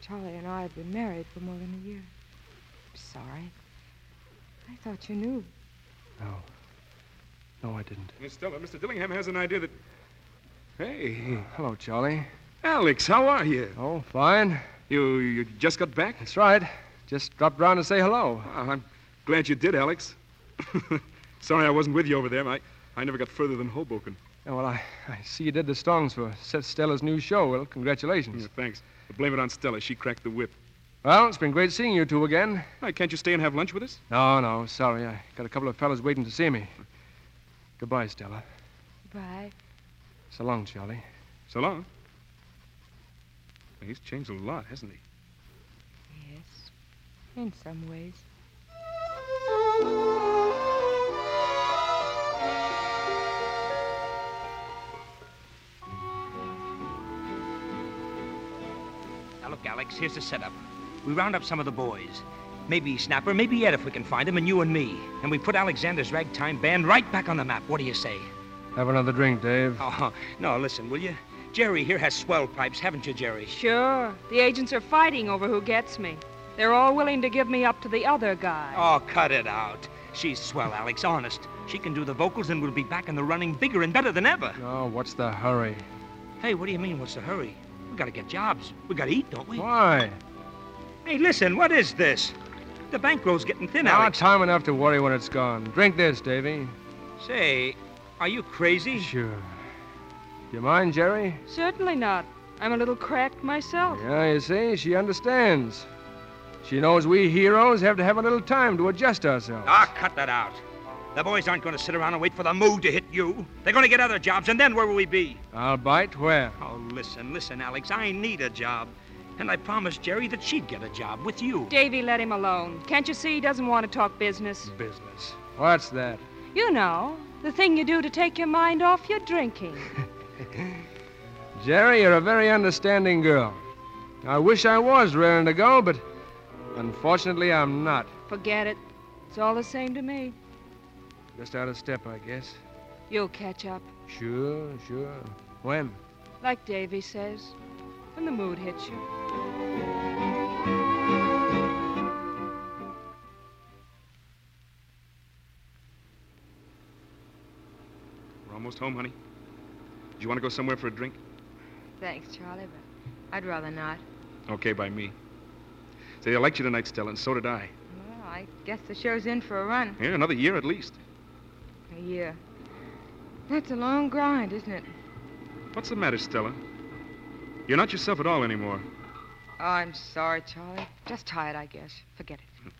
[SPEAKER 11] Charlie and I have been married for more than a year. I'm sorry. I thought you knew.
[SPEAKER 2] No. No, I didn't.
[SPEAKER 5] Miss Stella, Mr. Dillingham has an idea that. Hey,
[SPEAKER 2] Hello, Charlie.
[SPEAKER 5] Alex, how are you?
[SPEAKER 2] Oh, fine.
[SPEAKER 5] You you just got back? Ah,
[SPEAKER 2] That's right. Just dropped round to say hello.
[SPEAKER 5] I'm glad you did, Alex. [laughs] Sorry I wasn't with you over there. I, I never got further than Hoboken.
[SPEAKER 2] Yeah, well, I, I see you did the songs for Se- Stella's new show. Well, congratulations.
[SPEAKER 5] Yeah, thanks. But blame it on Stella. She cracked the whip.
[SPEAKER 2] Well, it's been great seeing you two again.
[SPEAKER 5] Why, can't you stay and have lunch with us?
[SPEAKER 2] No, no, sorry. I got a couple of fellas waiting to see me. Goodbye, Stella.
[SPEAKER 11] Bye.
[SPEAKER 2] So long, Charlie.
[SPEAKER 5] So long. He's changed a lot, hasn't he?
[SPEAKER 11] Yes. In some ways.
[SPEAKER 13] Look, Alex, here's the setup. We round up some of the boys. Maybe Snapper, maybe Ed if we can find him, and you and me. And we put Alexander's ragtime band right back on the map. What do you say?
[SPEAKER 2] Have another drink, Dave.
[SPEAKER 13] Oh, no, listen, will you? Jerry here has swell pipes, haven't you, Jerry?
[SPEAKER 14] Sure. The agents are fighting over who gets me. They're all willing to give me up to the other guy.
[SPEAKER 13] Oh, cut it out. She's swell, Alex, honest. She can do the vocals, and we'll be back in the running bigger and better than ever.
[SPEAKER 2] Oh, what's the hurry?
[SPEAKER 13] Hey, what do you mean, what's the hurry? We gotta get jobs. We gotta eat, don't we?
[SPEAKER 2] Why?
[SPEAKER 13] Hey, listen, what is this? The bankroll's getting thin,
[SPEAKER 2] Not
[SPEAKER 13] Alex.
[SPEAKER 2] time enough to worry when it's gone. Drink this, Davy.
[SPEAKER 13] Say, are you crazy?
[SPEAKER 2] Sure. Do you mind, Jerry?
[SPEAKER 14] Certainly not. I'm a little cracked myself.
[SPEAKER 2] Yeah, you see, she understands. She knows we heroes have to have a little time to adjust ourselves.
[SPEAKER 13] Ah, cut that out. The boys aren't going to sit around and wait for the mood to hit you. They're going to get other jobs, and then where will we be?
[SPEAKER 2] I'll bite where?
[SPEAKER 13] Oh, listen, listen, Alex. I need a job. And I promised Jerry that she'd get a job with you.
[SPEAKER 14] Davy, let him alone. Can't you see he doesn't want to talk business?
[SPEAKER 2] Business. What's that?
[SPEAKER 14] You know, the thing you do to take your mind off your
[SPEAKER 3] [laughs]
[SPEAKER 14] drinking.
[SPEAKER 2] Jerry, you're a very understanding girl. I wish I was raring to go, but unfortunately I'm not.
[SPEAKER 14] Forget it. It's all the same to me.
[SPEAKER 2] Just out of step, I guess.
[SPEAKER 14] You'll catch up,
[SPEAKER 2] Sure, sure. When?
[SPEAKER 14] like Davy says, when the mood hits you.
[SPEAKER 5] We're almost home, honey. Do you want to go somewhere for a drink?
[SPEAKER 3] Thanks, Charlie, but I'd rather not.
[SPEAKER 5] Okay, by me. Say, I liked you tonight, Stella, and so did I.
[SPEAKER 3] Well, I guess the show's in for a run.
[SPEAKER 5] Yeah, another year at least.
[SPEAKER 3] A year. That's a long grind, isn't it?
[SPEAKER 5] What's the matter, Stella? You're not yourself at all anymore.
[SPEAKER 3] Oh, I'm sorry, Charlie. Just tired, I guess. Forget it.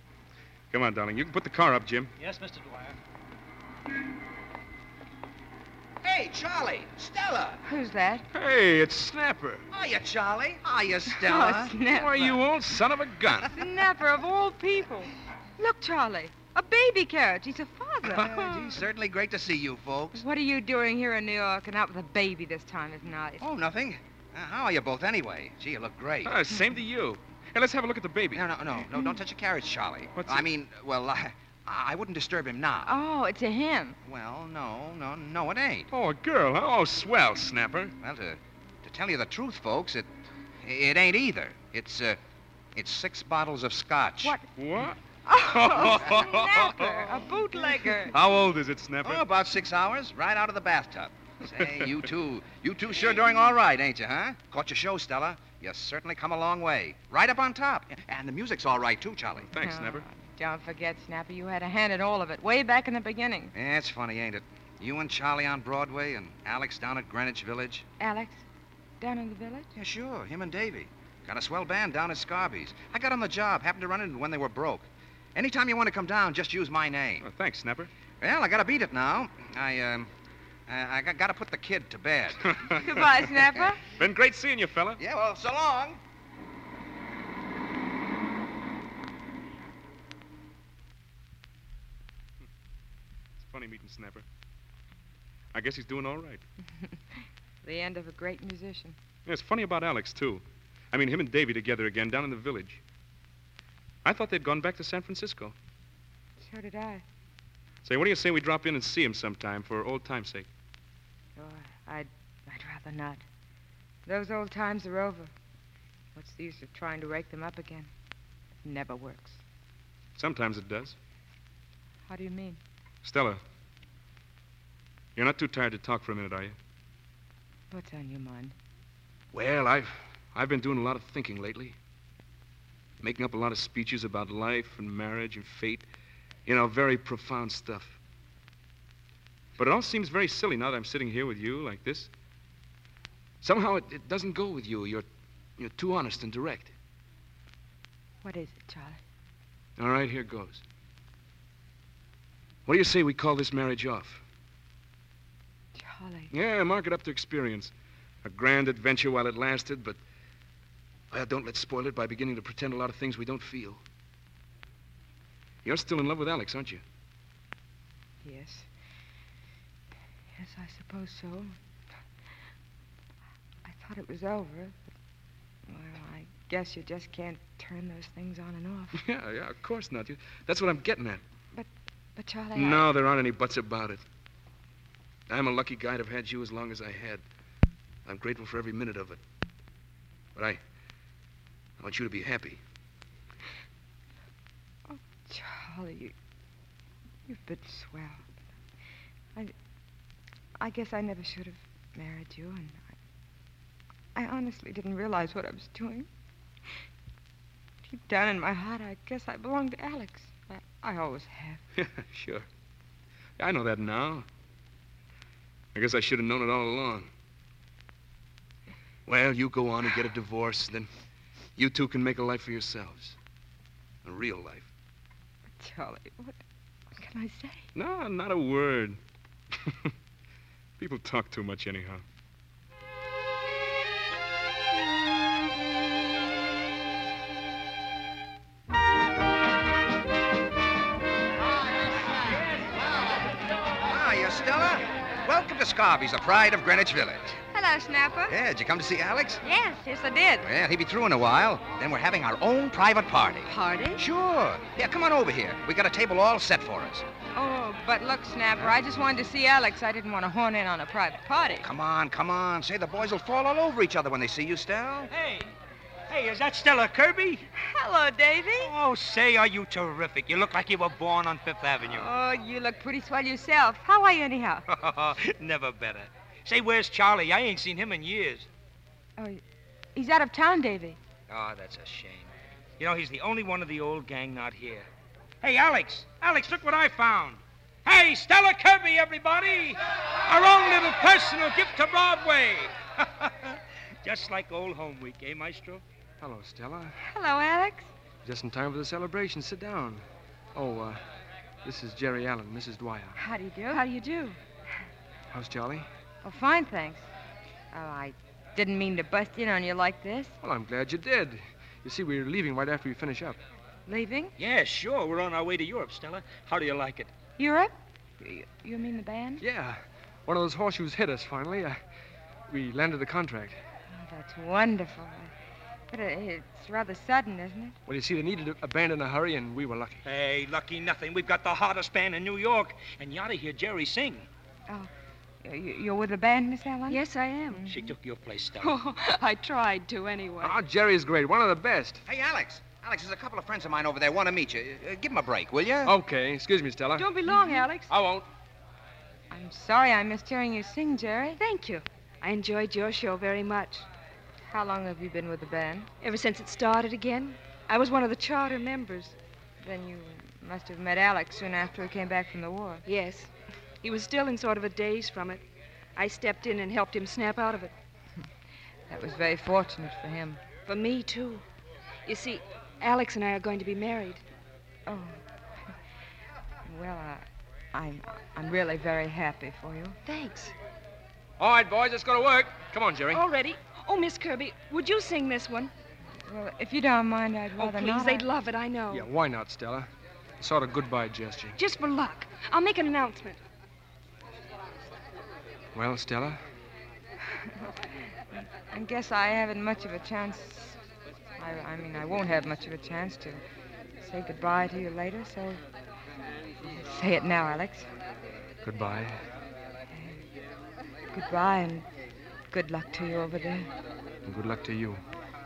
[SPEAKER 5] Come on, darling. You can put the car up, Jim.
[SPEAKER 13] Yes, Mr. Dwyer.
[SPEAKER 4] Hey, Charlie. Stella.
[SPEAKER 3] Who's that?
[SPEAKER 5] Hey, it's Snapper.
[SPEAKER 4] Hiya, Charlie. Hiya, Stella.
[SPEAKER 3] Oh, Snapper.
[SPEAKER 5] Why, [laughs] you old son of a gun.
[SPEAKER 3] Snapper, of all people. Look, Charlie. A baby carriage. He's a father.
[SPEAKER 4] Yeah, Uh, gee, certainly great to see you folks.
[SPEAKER 3] what are you doing here in New York and out with a baby this time of night?
[SPEAKER 4] Oh, nothing. Uh, how are you both anyway? Gee, you look great.
[SPEAKER 5] Ah, same to you. Hey, let's have a look at the baby.
[SPEAKER 4] No, no, no, no, don't touch your carriage, Charlie.
[SPEAKER 5] What's
[SPEAKER 4] I
[SPEAKER 5] it-
[SPEAKER 4] mean, well, [laughs] I, I wouldn't disturb him now.
[SPEAKER 3] Oh, it's a him.
[SPEAKER 4] Well, no, no, no, it ain't.
[SPEAKER 5] Oh, a girl, huh? Oh, swell, Snapper.
[SPEAKER 4] Well, to, to tell you the truth, folks, it it ain't either. It's uh, it's six bottles of scotch.
[SPEAKER 3] What? [laughs] Oh,
[SPEAKER 5] What?
[SPEAKER 3] Snapper, a bootlegger.
[SPEAKER 5] How old is it, Snapper?
[SPEAKER 4] Oh, about six hours, right out of the bathtub. Say, you two, you two sure doing all right, ain't you, huh? Caught your show, Stella. You certainly come a long way. Right up on top. And the music's all right, too, Charlie.
[SPEAKER 5] Thanks,
[SPEAKER 3] Oh.
[SPEAKER 5] Snapper.
[SPEAKER 3] Don't forget, Snapper, you had a hand in all of it, way back in the beginning.
[SPEAKER 4] Yeah, it's funny, ain't it? You and Charlie on Broadway and Alex down at Greenwich Village.
[SPEAKER 3] Alex, down in the village?
[SPEAKER 4] Yeah, sure, him and Davy. Got a swell band down at Scarby's. I got on the job, happened to run into when they were broke. Anytime you want to come down, just use my name.
[SPEAKER 5] Oh, thanks, Snapper.
[SPEAKER 4] Well, I gotta beat it now. I, um, I, I got- gotta put the kid to
[SPEAKER 5] [laughs]
[SPEAKER 4] bed.
[SPEAKER 3] Goodbye, Snapper.
[SPEAKER 5] Been great seeing you, fella.
[SPEAKER 4] yeah, well, so long.
[SPEAKER 5] It's funny meeting Snapper. I guess he's doing all right.
[SPEAKER 3] the end of a great musician.
[SPEAKER 5] Yeah, it's funny about Alex, too. I mean, him and Davy together again down in the village. I thought they'd gone back to San Francisco.
[SPEAKER 3] So did I.
[SPEAKER 5] Say, what do you say we drop in and see him sometime for old time's sake?
[SPEAKER 3] Oh, I'd, I'd rather not. Those old times are over. What's the use of trying to rake them up again? It never works.
[SPEAKER 5] Sometimes it does.
[SPEAKER 3] How do you mean?
[SPEAKER 5] Stella, you're not too tired to talk for a minute, are you?
[SPEAKER 3] What's on your mind?
[SPEAKER 5] Well, I've I've been doing a lot of thinking lately. Making up a lot of speeches about life and marriage and fate. You know, very profound stuff. But it all seems very silly now that I'm sitting here with you like this. Somehow it, it doesn't go with you. You're you're too honest and direct.
[SPEAKER 3] What is it, Charlie?
[SPEAKER 5] All right, here goes. What do you say we call this marriage off?
[SPEAKER 3] Charlie.
[SPEAKER 5] Yeah, mark it up to experience. A grand adventure while it lasted, but well, don't let's spoil it by beginning to pretend a lot of things we don't feel. You're still in love with Alex, aren't you?
[SPEAKER 3] Yes. Yes, I suppose so. I thought it was over. But, well, I guess you just can't turn those things on and [laughs] off.
[SPEAKER 5] Yeah, yeah, of course not. You- That's what I'm getting at.
[SPEAKER 3] But, Charlie, I-
[SPEAKER 5] No, there aren't any buts about it. I'm a lucky guy to have had you as long as I had. I'm grateful for every minute of it. But I, I want you to be happy.
[SPEAKER 3] Oh, Charlie, you, you've been swell. I, I guess I never should have married you, and I, I honestly didn't realize what I was doing. Deep down in my heart, I guess I belonged to Alex. I, I always have.
[SPEAKER 5] [laughs] sure. I know that now. I guess I should have known it all along. Well, you go on and get a divorce, then you two can make a life for yourselves. A real life.
[SPEAKER 3] Charlie, what, what can I say?
[SPEAKER 5] No, not a word. [laughs] People talk too much, anyhow.
[SPEAKER 4] Ah, you Stella? Welcome to Scarby's, the pride of Greenwich
[SPEAKER 3] [laughs]
[SPEAKER 4] Village.
[SPEAKER 15] Hello, Snapper.
[SPEAKER 4] Yeah, did you come to see Alex?
[SPEAKER 15] Yes, yes, I did.
[SPEAKER 4] Well, he'll be through in a while. Then we're having our own private party.
[SPEAKER 15] Party?
[SPEAKER 4] Sure. Yeah, come on over here. We got a table all set for us.
[SPEAKER 3] Oh, but look, Snapper, I just wanted to see Alex. I didn't want to horn in on a private party.
[SPEAKER 4] Come on, come on. Say the boys will fall all over each other when they see you, Stell.
[SPEAKER 13] Hey, hey, is that Stella Kirby?
[SPEAKER 3] Hello, Davy.
[SPEAKER 13] Oh, say, are you terrific? You look like you were born on Fifth Avenue.
[SPEAKER 3] Oh, you look pretty swell yourself. How are you, anyhow?
[SPEAKER 13] [laughs] Never better. Say, where's Charlie? I ain't seen him in years.
[SPEAKER 3] Oh, he- he's out of town, Davy.
[SPEAKER 13] Oh, that's a shame. You know, he's the only one of the old gang not here. Hey, Alex! Alex, look what I found! Hey, Stella Kirby, everybody! Our own little personal gift to Broadway! Just like old home week, eh, Maestro?
[SPEAKER 2] Hello, Stella.
[SPEAKER 3] Hello, Alex.
[SPEAKER 2] Just in time for the celebration. Sit down. Oh, uh, this is Jerry Allen, Mrs. Dwyer.
[SPEAKER 3] How do you do? How do you do?
[SPEAKER 2] How's Charlie?
[SPEAKER 3] Oh, fine, thanks. Oh, I didn't mean to bust in on you like this.
[SPEAKER 2] Well, I'm glad you did. You see, we're leaving right after we finish up.
[SPEAKER 3] Leaving?
[SPEAKER 13] Yeah, sure. We're on our way to Europe, Stella. How do you like it?
[SPEAKER 3] Europe? You, you mean the band?
[SPEAKER 2] Yeah. One of those horseshoes hit us finally. Uh, we landed the contract.
[SPEAKER 3] Oh, that's wonderful. But it, it's rather sudden, isn't it?
[SPEAKER 2] Well, you see, they needed a- a band in a hurry, and we were lucky.
[SPEAKER 13] Hey, lucky nothing. We've got the hottest band in New York, and you ought to hear Jerry sing.
[SPEAKER 3] Oh, you- you, you're with the band, Miss Allen?
[SPEAKER 14] Yes, I am.
[SPEAKER 13] She took your place, Stella.
[SPEAKER 14] Oh, [laughs] I tried to anyway.
[SPEAKER 2] Ah, Jerry's great. One of the best.
[SPEAKER 4] Hey, Alex. Alex, there's a couple of friends of mine over there want to meet you. Uh, give them a break, will you?
[SPEAKER 2] Okay. Excuse me, Stella. Mm-hmm.
[SPEAKER 3] Don't be long, Alex.
[SPEAKER 2] I won't.
[SPEAKER 3] I'm sorry I missed hearing you sing, Jerry.
[SPEAKER 14] Thank you. I enjoyed your show very much.
[SPEAKER 3] How long have you been with the band?
[SPEAKER 14] Ever since it started again, I was one of the charter members.
[SPEAKER 3] Then you must have met Alex soon after he came back from the war.
[SPEAKER 14] Yes. He was still in sort of a daze from it. I stepped in and helped him snap out of it.
[SPEAKER 3] That was very fortunate for him.
[SPEAKER 14] For me, too. You see, Alex and I are going to be married.
[SPEAKER 3] Oh. [laughs] Well, I, I'm, I'm really very happy for you.
[SPEAKER 14] Thanks.
[SPEAKER 2] All right, boys, it's going to work. Come on, Jerry.
[SPEAKER 14] Already? Oh, Miss Kirby, would you sing this one?
[SPEAKER 3] Well, if you don't mind, I'd
[SPEAKER 14] Oh,
[SPEAKER 3] rather
[SPEAKER 14] please,
[SPEAKER 3] not.
[SPEAKER 14] they'd love it, I know.
[SPEAKER 2] Yeah, why not, Stella? Sort of goodbye gesture.
[SPEAKER 14] Just for luck. I'll make an announcement.
[SPEAKER 2] Well, Stella,
[SPEAKER 3] I guess I haven't much of a chance. I, I mean, I won't have much of a chance to say goodbye to you later, so say it now, Alex.
[SPEAKER 2] goodbye.
[SPEAKER 3] Goodbye and good luck to you over there.
[SPEAKER 2] And good luck to you.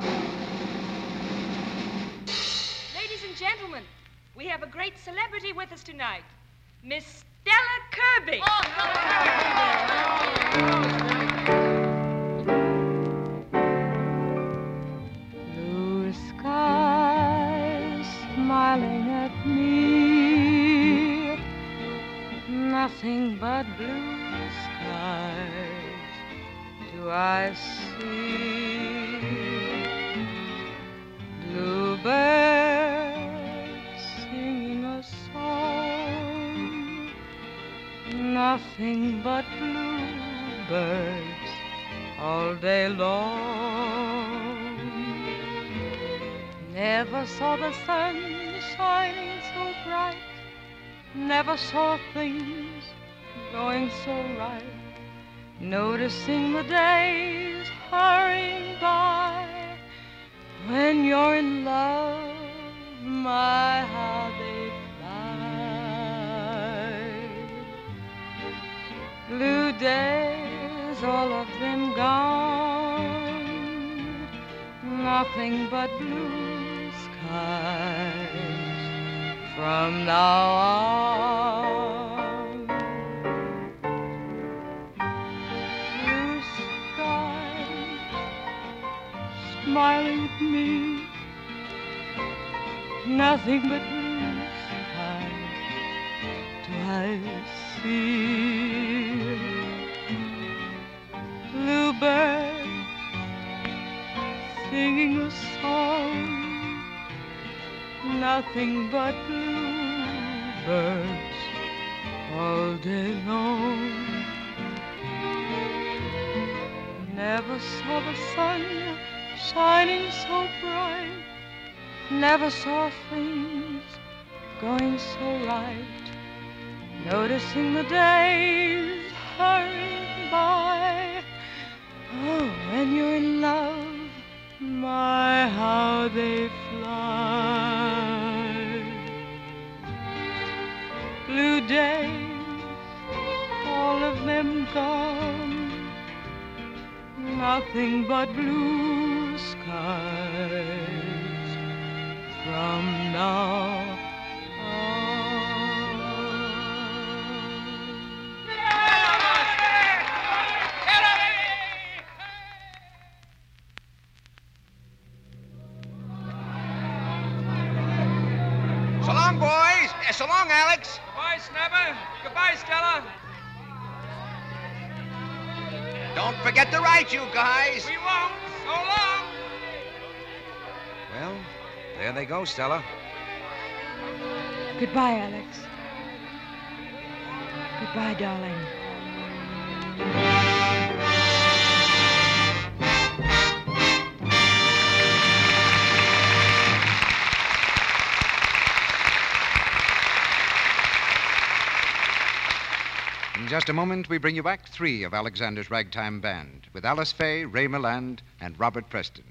[SPEAKER 16] Ladies and gentlemen, we have a great celebrity with us tonight, Miss Stella Kirby.
[SPEAKER 15] Blue sky smiling at me. Nothing but blue skies do I see. Bluebirds singing a song. Nothing but bluebirds all day long. Never saw the sun shining so bright. Never saw things going so right. Noticing the days hurrying by. When you're in love, my how they fly. Blue days, all of them gone. Nothing but blue skies from now on. Blue skies, smiling at me. Nothing but blue skies do I see. Bluebird singing a song. Nothing but bluebirds all day long. Never saw the sun shining so bright. Never saw things going so right. Noticing the days hurrying by. Oh, when you're in love, my how they fly. Blue days, all of them gone. Nothing but blue skies from now
[SPEAKER 4] So long, boys. Eh, So long, Alex.
[SPEAKER 13] Goodbye, Snapper. Goodbye, Stella.
[SPEAKER 4] Don't forget to write, you guys.
[SPEAKER 13] We won't. So long.
[SPEAKER 4] Well, there they go, Stella.
[SPEAKER 11] Goodbye, Alex. Goodbye, darling.
[SPEAKER 8] In just a moment, we bring you Act Three of Alexander's Ragtime Band with Alice Faye, Ray Milland, and Robert Preston.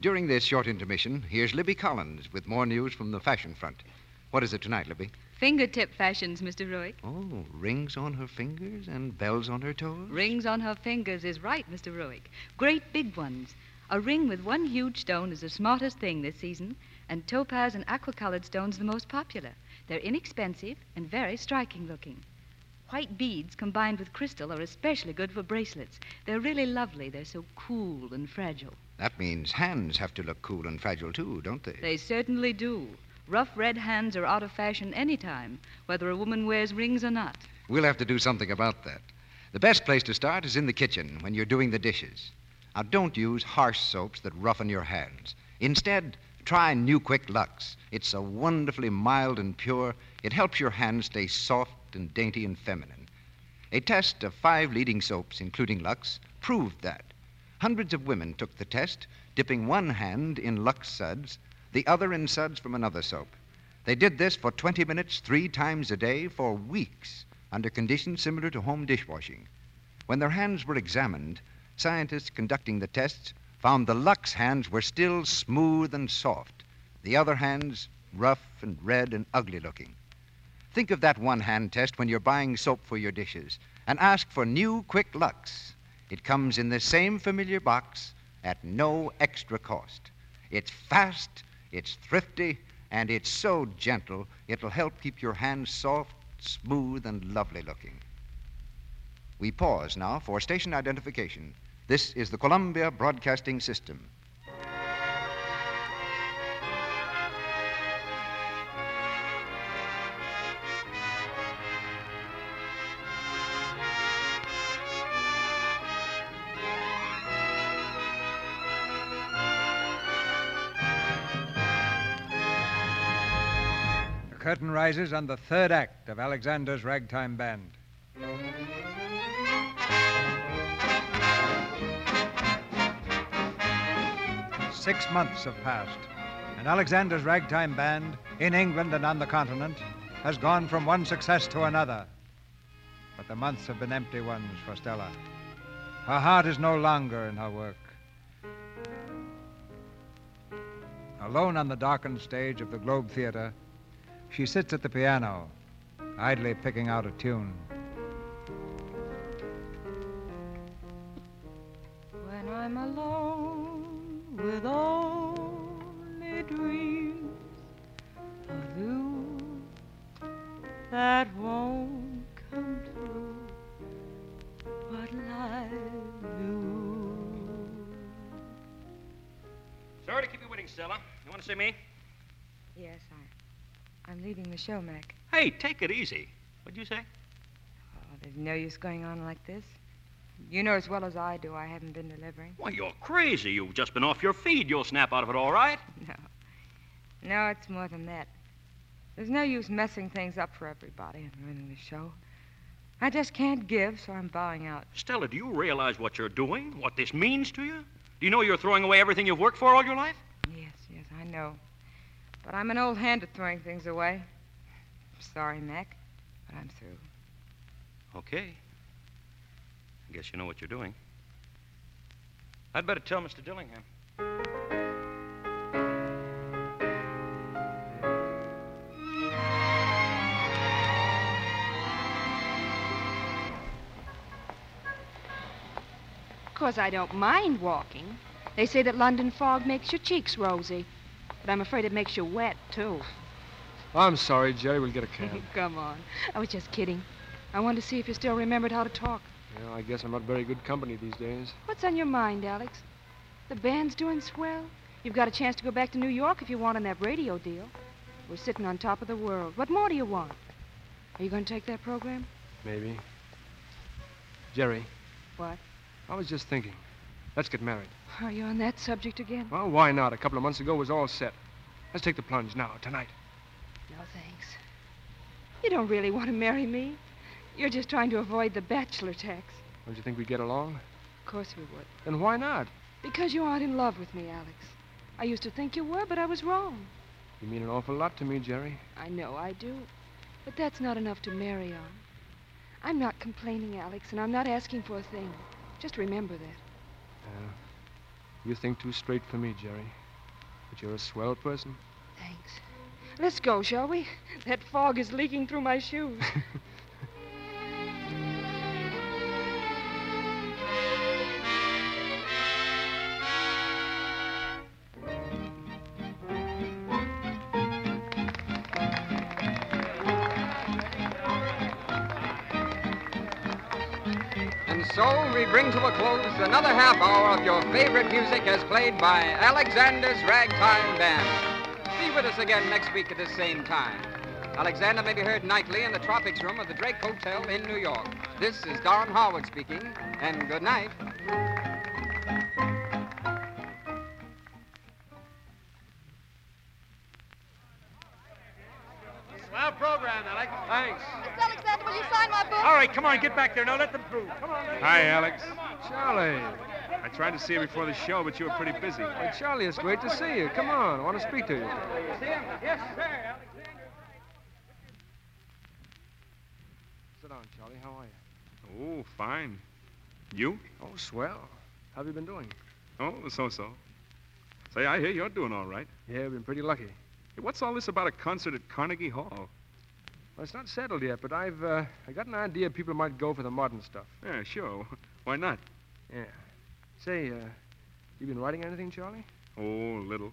[SPEAKER 8] During this short intermission, here's Libby Collins with more news from the fashion front. What is it tonight, Libby?
[SPEAKER 17] Fingertip fashions, Mr. Ruick.
[SPEAKER 8] Oh, rings on her fingers and bells on her toes?
[SPEAKER 17] Rings on her fingers is right, Mr. Ruick. Great big ones. A ring with one huge stone is the smartest thing this season, and topaz and aqua colored stones the most popular. They're inexpensive and very striking looking. White beads combined with crystal are especially good for bracelets. They're really lovely. They're so cool and fragile.
[SPEAKER 8] That means hands have to look cool and fragile, too, don't they?
[SPEAKER 17] They certainly do. Rough red hands are out of fashion any time, whether a woman wears rings or not.
[SPEAKER 8] We'll have to do something about that. The best place to start is in the kitchen when you're doing the dishes. Now, don't use harsh soaps that roughen your hands. Instead, try New Quick Lux. It's so wonderfully mild and pure, it helps your hands stay soft and dainty and feminine. A test of five leading soaps, including Lux, proved that. Hundreds of women took the test, dipping one hand in Lux suds, the other in suds from another soap. They did this for 20 minutes, three times a day, for weeks, under conditions similar to home dishwashing. When their hands were examined, scientists conducting the tests found the Lux hands were still smooth and soft, the other hands rough and red and ugly looking. Think of that one hand test when you're buying soap for your dishes and ask for new Quick Lux. It comes in the same familiar box at no extra cost. It's fast, it's thrifty, and it's so gentle it'll help keep your hands soft, smooth, and lovely looking. We pause now for station identification. This is the Columbia Broadcasting System.
[SPEAKER 1] The curtain rises on the third act of Alexander's Ragtime Band. Six months have passed, and Alexander's Ragtime Band, in England and on the continent, has gone from one success to another. But the months have been empty ones for Stella. Her heart is no longer in her work. alone on the darkened stage of the Globe Theater, she sits at the piano, idly picking out a tune.
[SPEAKER 15] When I'm alone with only dreams of you that won't come true, what'll I do?
[SPEAKER 13] Sorry to keep you waiting, Stella. You want to see me?
[SPEAKER 11] Yes, I, I'm leaving the show, Mac.
[SPEAKER 13] Hey, take it easy. What'd you say?
[SPEAKER 11] Oh, there's no use going on like this. You know as well as I do I haven't been delivering.
[SPEAKER 13] Why, you're crazy. You've just been off your feed. You'll snap out of it all right.
[SPEAKER 11] No. No, it's more than that. There's no use messing things up for everybody and ruining the show. I just can't give, so I'm bowing out.
[SPEAKER 13] Stella, do you realize what you're doing? What this means to you? Do you know you're throwing away everything you've worked for all your life?
[SPEAKER 11] Yes, yes, I know. But I'm an old hand at throwing things away. I'm sorry, Mac, but I'm through.
[SPEAKER 13] Okay. I guess you know what you're doing. I'd better tell Mr. Dillingham.
[SPEAKER 14] Of course, I don't mind walking. They say that London fog makes your cheeks rosy, but I'm afraid it makes you wet, too.
[SPEAKER 2] I'm sorry, Jerry. We'll get a
[SPEAKER 3] [laughs]
[SPEAKER 2] cab.
[SPEAKER 14] [laughs] Come on. I was just kidding. I wanted to see if you still remembered how to talk.
[SPEAKER 2] yeah, I guess I'm not very good company these days.
[SPEAKER 14] What's on your mind, Alex? The band's doing swell. You've got a chance to go back to New York if you want on that radio deal. We're sitting on top of the world. What more do you want? Are you going to take that program?
[SPEAKER 2] Maybe. Jerry,
[SPEAKER 14] What?
[SPEAKER 2] I was just thinking. Let's get married.
[SPEAKER 14] Are you on that subject again?
[SPEAKER 2] Well, why not? A couple of months ago was all set. Let's take the plunge now, tonight.
[SPEAKER 14] No, thanks. You don't really want to marry me. You're just trying to avoid the bachelor tax.
[SPEAKER 2] Don't you think we get along?
[SPEAKER 14] Of course we would.
[SPEAKER 2] Then why not?
[SPEAKER 14] Because you aren't in love with me, Alex. I used to think you were, but I was wrong.
[SPEAKER 2] You mean an awful lot to me, Jerry.
[SPEAKER 14] I know I do. But that's not enough to marry on. I'm not complaining, Alex, and I'm not asking for a thing. Just remember that.
[SPEAKER 2] Yeah. Uh, You think too straight for me, Jerry. But you're a swell person.
[SPEAKER 14] Thanks. Let's go, shall we? [laughs] That fog is leaking through my shoes.
[SPEAKER 18] And so we bring to a close another half hour of your favorite music as played by Alexander's Ragtime Band. Be with us again next week at the same time. Alexander may be heard nightly in the Tropics Room of the Drake Hotel in New York. This is Don Howard speaking, and good night.
[SPEAKER 2] Swell program, Alex. Thanks.
[SPEAKER 7] Mr. Alexander, will you sign my book?
[SPEAKER 13] All right, come on, get back there now. Let them through. Come on. let them
[SPEAKER 5] Hi,
[SPEAKER 13] through.
[SPEAKER 5] Alex. Charlie. I tried to see you before the show, but you were pretty busy.
[SPEAKER 2] Hey, Charlie, it's great to see you. Come on, I want to speak to you.
[SPEAKER 6] Yes, sir.
[SPEAKER 2] Sit down, Charlie. How are you?
[SPEAKER 5] Oh, fine. You?
[SPEAKER 2] Oh, swell. How have you been doing?
[SPEAKER 5] Oh, so so. Say, I hear you're doing all right.
[SPEAKER 2] Yeah, we've been pretty lucky.
[SPEAKER 5] Hey, what's all this about a concert at Carnegie Hall?
[SPEAKER 2] Well, it's not settled yet, but I've uh, I got an idea people might go for the modern stuff.
[SPEAKER 5] Yeah, sure. Why not?
[SPEAKER 2] Yeah. Say, uh, you been writing anything, Charlie?
[SPEAKER 5] Oh, little.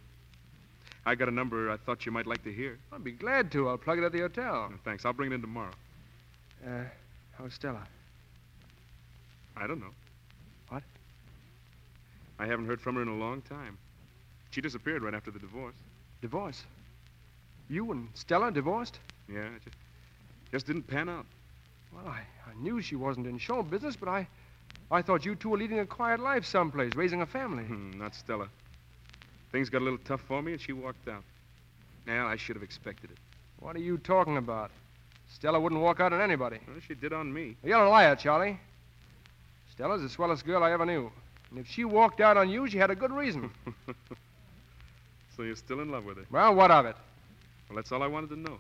[SPEAKER 5] I got a number I thought you might like to hear.
[SPEAKER 2] I'd be glad to. I'll plug it at the hotel.
[SPEAKER 5] Oh, thanks. I'll bring it in tomorrow.
[SPEAKER 2] Uh, how's Stella?
[SPEAKER 5] I don't know.
[SPEAKER 2] What?
[SPEAKER 5] I haven't heard from her in a long time. She disappeared right after the divorce.
[SPEAKER 2] Divorce. You and Stella divorced?
[SPEAKER 5] Yeah, it just, just didn't pan out.
[SPEAKER 2] Well, I, I knew she wasn't in show business, but I, I thought you two were leading a quiet life someplace, raising a family.
[SPEAKER 5] Hmm, not Stella. Things got a little tough for me, and she walked out. Now, I should have expected it.
[SPEAKER 2] What are you talking about? Stella wouldn't walk out on anybody.
[SPEAKER 5] Well, she did on me.
[SPEAKER 2] You're a liar, Charlie. Stella's the swellest girl I ever knew. And if she walked out on you, she had a good reason.
[SPEAKER 5] [laughs] So you're still in love with her?
[SPEAKER 2] well, what of it?
[SPEAKER 5] Well, that's all I wanted to know.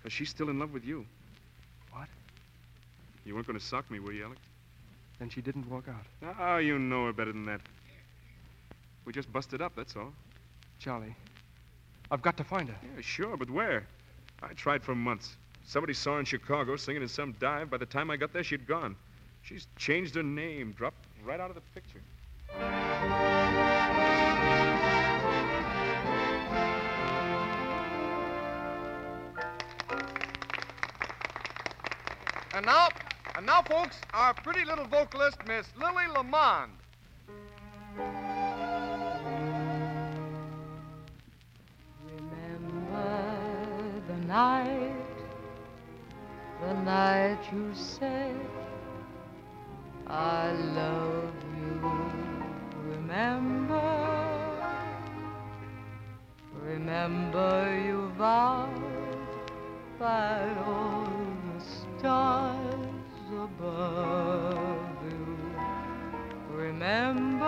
[SPEAKER 5] 'Cause she's still in love with you.
[SPEAKER 2] What?
[SPEAKER 5] You weren't going to sock me, were you, Alex? Ah,
[SPEAKER 2] Then she didn't walk out.
[SPEAKER 5] Oh, you know her better than that. We just busted up, that's all.
[SPEAKER 2] Charlie, I've got to find her.
[SPEAKER 5] Yeah, sure, but where? I tried for months. Somebody saw her in Chicago singing in some dive. By the time I got there, she'd gone. She's changed her name, dropped right out of the picture.
[SPEAKER 6] And now, and now, folks, our pretty little vocalist, Miss Lily Lamond.
[SPEAKER 15] Remember the night, the night you said, I love you. Remember, remember you vowed by all the stars above you. Remember,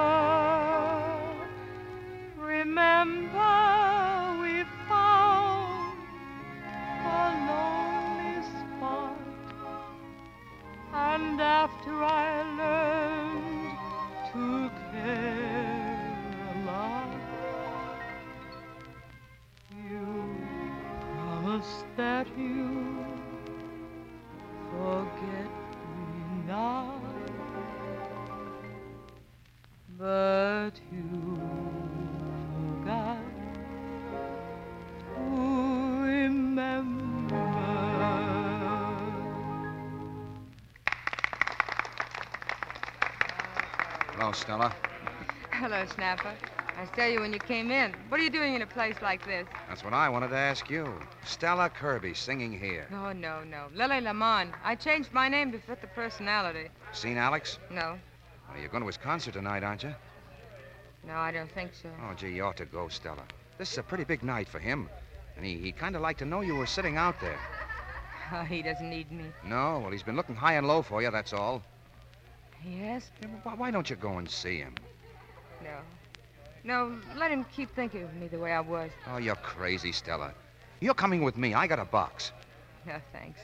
[SPEAKER 15] remember we found a lonely spot. And after I learned to care a lot, you promised that you forget me not. But you forgot to remember.
[SPEAKER 4] Hello, Stella.
[SPEAKER 3] Hello, Snapper. I saw you when you came in. What are you doing in a place like this?
[SPEAKER 4] That's what I wanted to ask you. Stella Kirby singing here.
[SPEAKER 3] Oh, no, no. Lily Lamont. I changed my name to fit the personality.
[SPEAKER 4] Seen Alex?
[SPEAKER 3] No,
[SPEAKER 4] Well, you're going to his concert tonight, aren't you?
[SPEAKER 3] no, I don't think so. [laughs]
[SPEAKER 4] Oh, gee, you ought to go, Stella. This is a pretty big night for him. And he, he kind of liked to know you were sitting out there.
[SPEAKER 3] Oh, he doesn't need me.
[SPEAKER 4] No, well, he's been looking high and low for you, that's all.
[SPEAKER 3] Yes?
[SPEAKER 4] Why, why don't you go and see him?
[SPEAKER 3] No. No, let him keep thinking of me the way I was.
[SPEAKER 4] Oh, you're crazy, Stella. You're coming with me. I got a box.
[SPEAKER 3] No, thanks.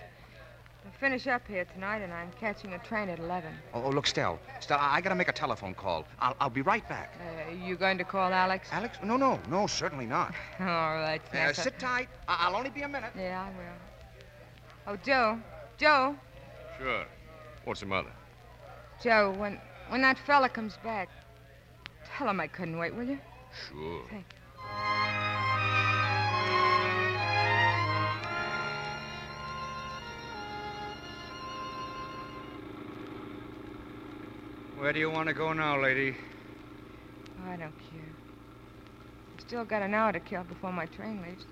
[SPEAKER 3] I finish up here tonight, and I'm catching a train at 11.
[SPEAKER 4] Oh, oh, look, Stella. Stella, I got to make a telephone call. I'll, I'll be right back.
[SPEAKER 3] Uh, you going to call Alex?
[SPEAKER 4] Alex? No, no, no, certainly not.
[SPEAKER 3] [laughs] All right,
[SPEAKER 4] Uh,
[SPEAKER 3] Snapper.
[SPEAKER 4] sit tight. I- I'll only be a minute.
[SPEAKER 3] Yeah, I will. Oh, Joe. Joe.
[SPEAKER 19] Sure. What's the matter?
[SPEAKER 3] Joe, when, when that fella comes back, tell him I couldn't wait, will you?
[SPEAKER 19] Sure.
[SPEAKER 3] Thank
[SPEAKER 20] Where do you want to go now, lady?
[SPEAKER 3] Oh, I don't care. I've still got an hour to kill before my train leaves.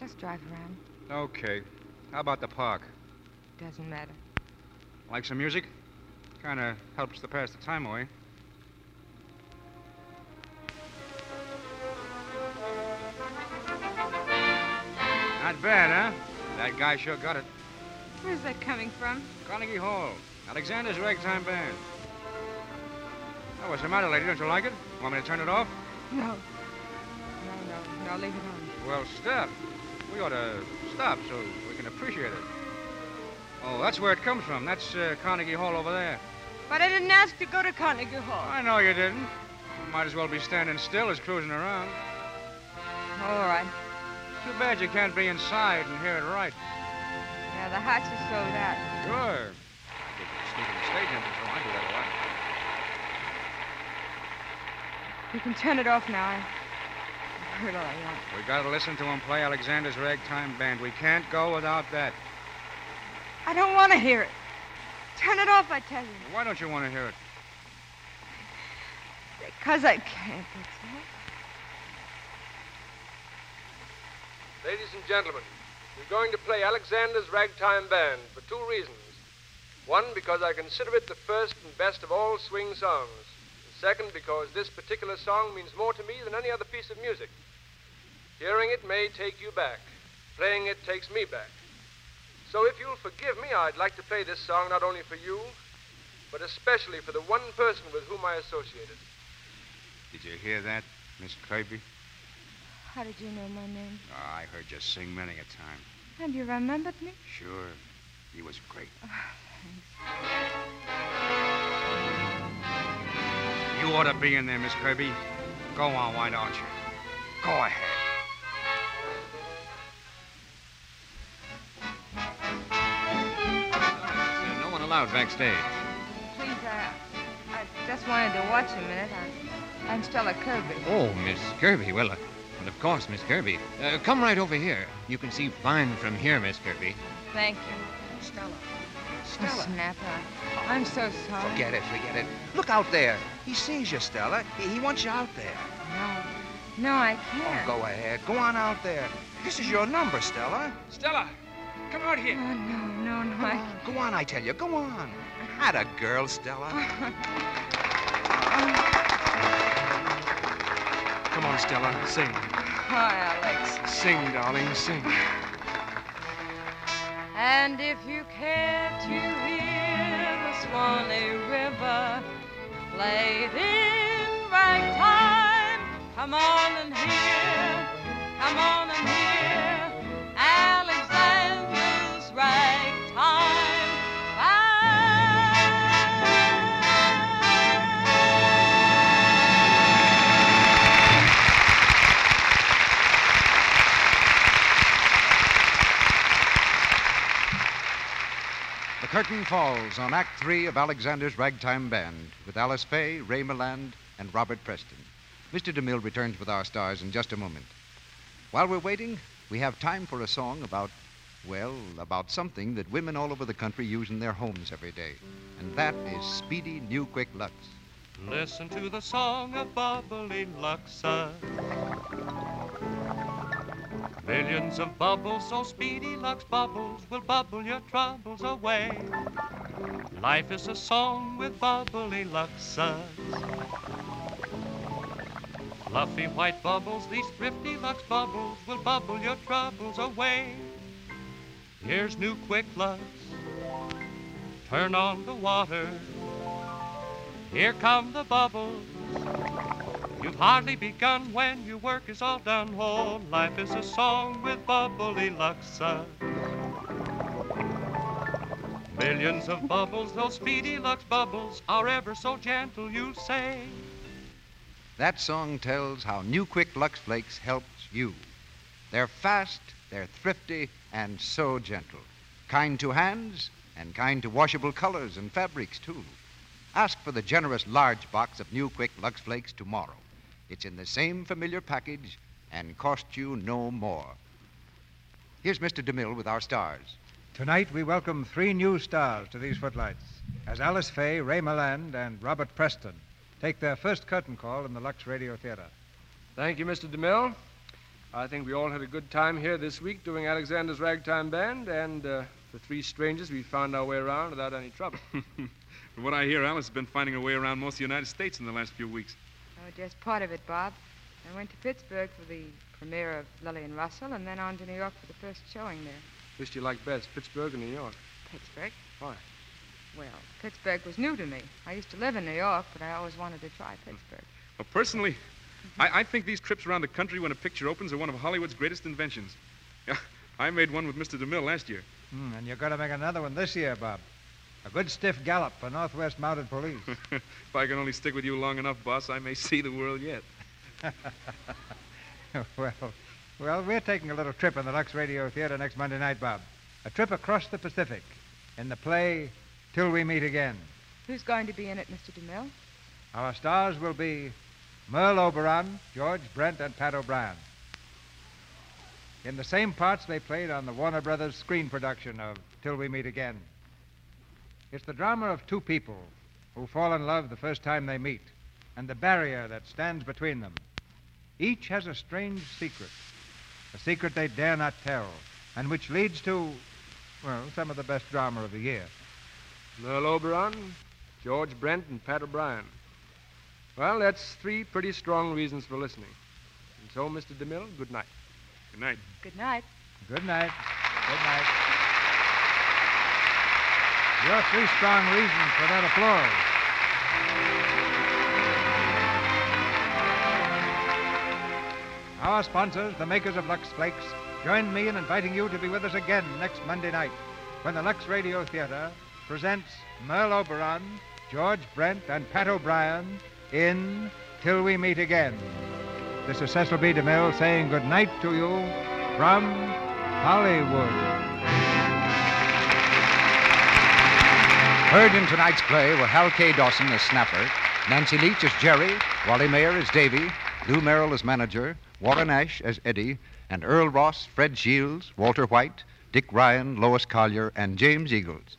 [SPEAKER 3] Just drive around.
[SPEAKER 20] Okay. How about the park?
[SPEAKER 3] Doesn't matter.
[SPEAKER 20] Like some music? Kind of helps to pass the time away. Not bad, huh? That guy sure got it.
[SPEAKER 3] Where's that coming from?
[SPEAKER 20] Carnegie Hall, Alexander's Ragtime Band. Oh, what's the matter, lady? Don't you like it? Want me to turn it off?
[SPEAKER 3] No. No, no, no, leave it on.
[SPEAKER 20] Well, stop. We ought to stop so we can appreciate it. Oh, that's where it comes from. That's uh, Carnegie Hall over there.
[SPEAKER 3] But I didn't ask to go to Carnegie Hall.
[SPEAKER 20] I know you didn't. Might as well be standing still as cruising around.
[SPEAKER 3] All right.
[SPEAKER 20] Too bad you can't be inside and hear it right.
[SPEAKER 3] Yeah, the hatch is sold out.
[SPEAKER 20] Sure. Sneaking the stage entrance. Oh, I do that a lot.
[SPEAKER 3] You can turn it off now. I I heard all I want.
[SPEAKER 20] We gotta listen to him play Alexander's Ragtime Band. We can't go without that.
[SPEAKER 3] I don't want to hear it. Turn it off, I tell you.
[SPEAKER 20] Why don't you want to hear it?
[SPEAKER 3] Because I can't, that's all.
[SPEAKER 2] Ladies and gentlemen, we're going to play Alexander's Ragtime Band for two reasons. One, because I consider it the first and best of all swing songs. The second, because this particular song means more to me than any other piece of music. Hearing it may take you back. Playing it takes me back. So if you'll forgive me, I'd like to play this song not only for you, but especially for the one person with whom I associated.
[SPEAKER 20] Did you hear that, Miss Kirby?
[SPEAKER 3] How did you know my name?
[SPEAKER 20] Oh, I heard you sing many a time.
[SPEAKER 3] And you remembered me?
[SPEAKER 20] Sure. He was great. You ought to be in there, Miss Kirby. Go on, why don't you? Go ahead.
[SPEAKER 18] Uh, no one allowed backstage.
[SPEAKER 3] Please, I, I just wanted to watch a minute. I, I'm Stella Kirby.
[SPEAKER 6] Oh, Miss Kirby. Well, uh, well of course, Miss Kirby. Uh, come right over here. You can see fine from here, Miss Kirby.
[SPEAKER 3] Thank you. Oh, Stella. Stella. Snapper. I'm so sorry.
[SPEAKER 4] Forget it, forget it. Look out there. He sees you, Stella. He, he wants you out there.
[SPEAKER 3] No. No, I
[SPEAKER 4] Oh,
[SPEAKER 3] can't.
[SPEAKER 4] go ahead. Go on out there. This is your number, Stella.
[SPEAKER 21] Stella, come out here.
[SPEAKER 3] Oh, no, no, no. I can't.
[SPEAKER 4] Go on, I tell you. Go on. Had a girl, Stella.
[SPEAKER 2] Come on, Stella. Sing.
[SPEAKER 3] Hi, Alex.
[SPEAKER 2] Sing, darling. Sing.
[SPEAKER 15] And if you care to hear the Swanee River played in ragtime, come on and hear, come on and hear Alexander's ragtime.
[SPEAKER 8] The curtain falls on Act Three of Alexander's Ragtime Band with Alice Faye, Ray Milland, and Robert Preston. Mr. DeMille returns with our stars in just a moment. While we're waiting, we have time for a song about, well, about something that women all over the country use in their homes every day, and that is Speedy New Quick Lux.
[SPEAKER 22] Listen to the song of bubbling Luxa. Millions of bubbles, so speedy Lux bubbles will bubble your troubles away. Life is a song with bubbly Luxas. Fluffy white bubbles, these thrifty Lux bubbles will bubble your troubles away. Here's new quick Lux. Turn on the water. Here come the bubbles. You've hardly begun when your work is all done. Whole life is a song with bubbly luxa. Millions of bubbles, those speedy lux bubbles are ever so gentle, you say.
[SPEAKER 8] That song tells how New Quick Lux Flakes helps you. They're fast, they're thrifty, and so gentle. Kind to hands, and kind to washable colors and fabrics, too. Ask for the generous large box of New Quick Lux Flakes tomorrow. It's in the same familiar package and costs you no more. Here's Mr. DeMille with our stars.
[SPEAKER 1] Tonight, we welcome three new stars to these footlights as Alice Faye, Ray Milland, and Robert Preston take their first curtain call in the Lux Radio Theater.
[SPEAKER 2] Thank you, Mr. DeMille. I think we all had a good time here this week doing Alexander's Ragtime Band, and uh, the three strangers, we found our way around without any trouble.
[SPEAKER 5] From what I hear, Alice has been finding her way around most of the United States in the last few weeks.
[SPEAKER 3] Oh, just part of it, Bob. I went to Pittsburgh for the premiere of Lily and Russell and then on to New York for the first showing there.
[SPEAKER 2] Which do you like best, Pittsburgh or New York?
[SPEAKER 3] Pittsburgh?
[SPEAKER 2] Why?
[SPEAKER 3] Well, Pittsburgh was new to me. I used to live in New York, but I always wanted to try Pittsburgh.
[SPEAKER 5] Well, personally, I, I think these trips around the country when a picture opens are one of Hollywood's greatest inventions. Yeah, I made one with Mr. DeMille last year.
[SPEAKER 1] Hmm, and you're going to make another one this year, Bob. A good stiff gallop for Northwest Mounted Police. [laughs]
[SPEAKER 5] If I can only stick with you long enough, boss, I may [laughs] see the world yet.
[SPEAKER 1] well, well, we're taking a little trip in the Lux Radio Theater next Monday night, Bob. A trip across the Pacific in the play Till We Meet Again.
[SPEAKER 3] Who's going to be in it, Mr. DeMille?
[SPEAKER 1] Our stars will be Merle Oberon, George Brent, and Pat O'Brien. In the same parts they played on the Warner Brothers screen production of Till We Meet Again. It's the drama of two people who fall in love the first time they meet and the barrier that stands between them. Each has a strange secret, a secret they dare not tell, and which leads to, well, some of the best drama of the year.
[SPEAKER 2] Merle Oberon, George Brent, and Pat O'Brien. Well, that's three pretty strong reasons for listening. And so, Mr. DeMille, good night.
[SPEAKER 5] Good night.
[SPEAKER 23] Good night.
[SPEAKER 1] Good night. Good night. Your three strong reasons for that applause. Our sponsors, the makers of Lux Flakes, join me in inviting you to be with us again next Monday night when the Lux Radio Theater presents Merle Oberon, George Brent, and Pat O'Brien in Till We Meet Again. This is Cecil B. DeMille saying good night to you from Hollywood.
[SPEAKER 8] Heard in tonight's play were Hal K. Dawson as Snapper, Nancy Leach as Jerry, Wally Mayer as Davy, Lou Merrill as manager, Warren Ash as Eddie, and Earl Ross, Fred Shields, Walter White, Dick Ryan, Lois Collier, and James Eagles.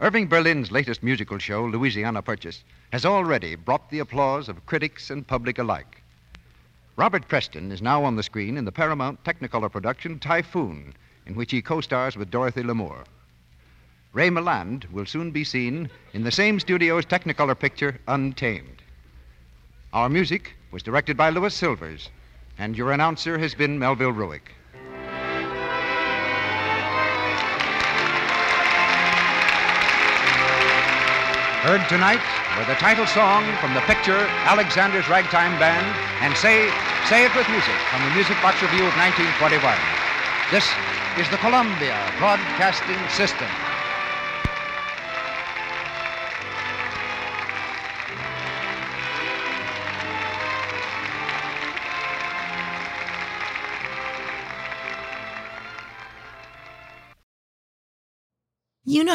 [SPEAKER 8] Irving Berlin's latest musical show, Louisiana Purchase, has already brought the applause of critics and public alike. Robert Preston is now on the screen in the Paramount Technicolor production Typhoon, in which he co stars with Dorothy L'Amour. Ray Milland will soon be seen in the same studio's Technicolor picture, Untamed. Our music was directed by Louis Silvers, and your announcer has been Melville Ruick. Heard tonight were the title song from the picture Alexander's Ragtime Band and Say, Say It With Music from the Music Box Review of 1921. This is the Columbia Broadcasting System.
[SPEAKER 24] You know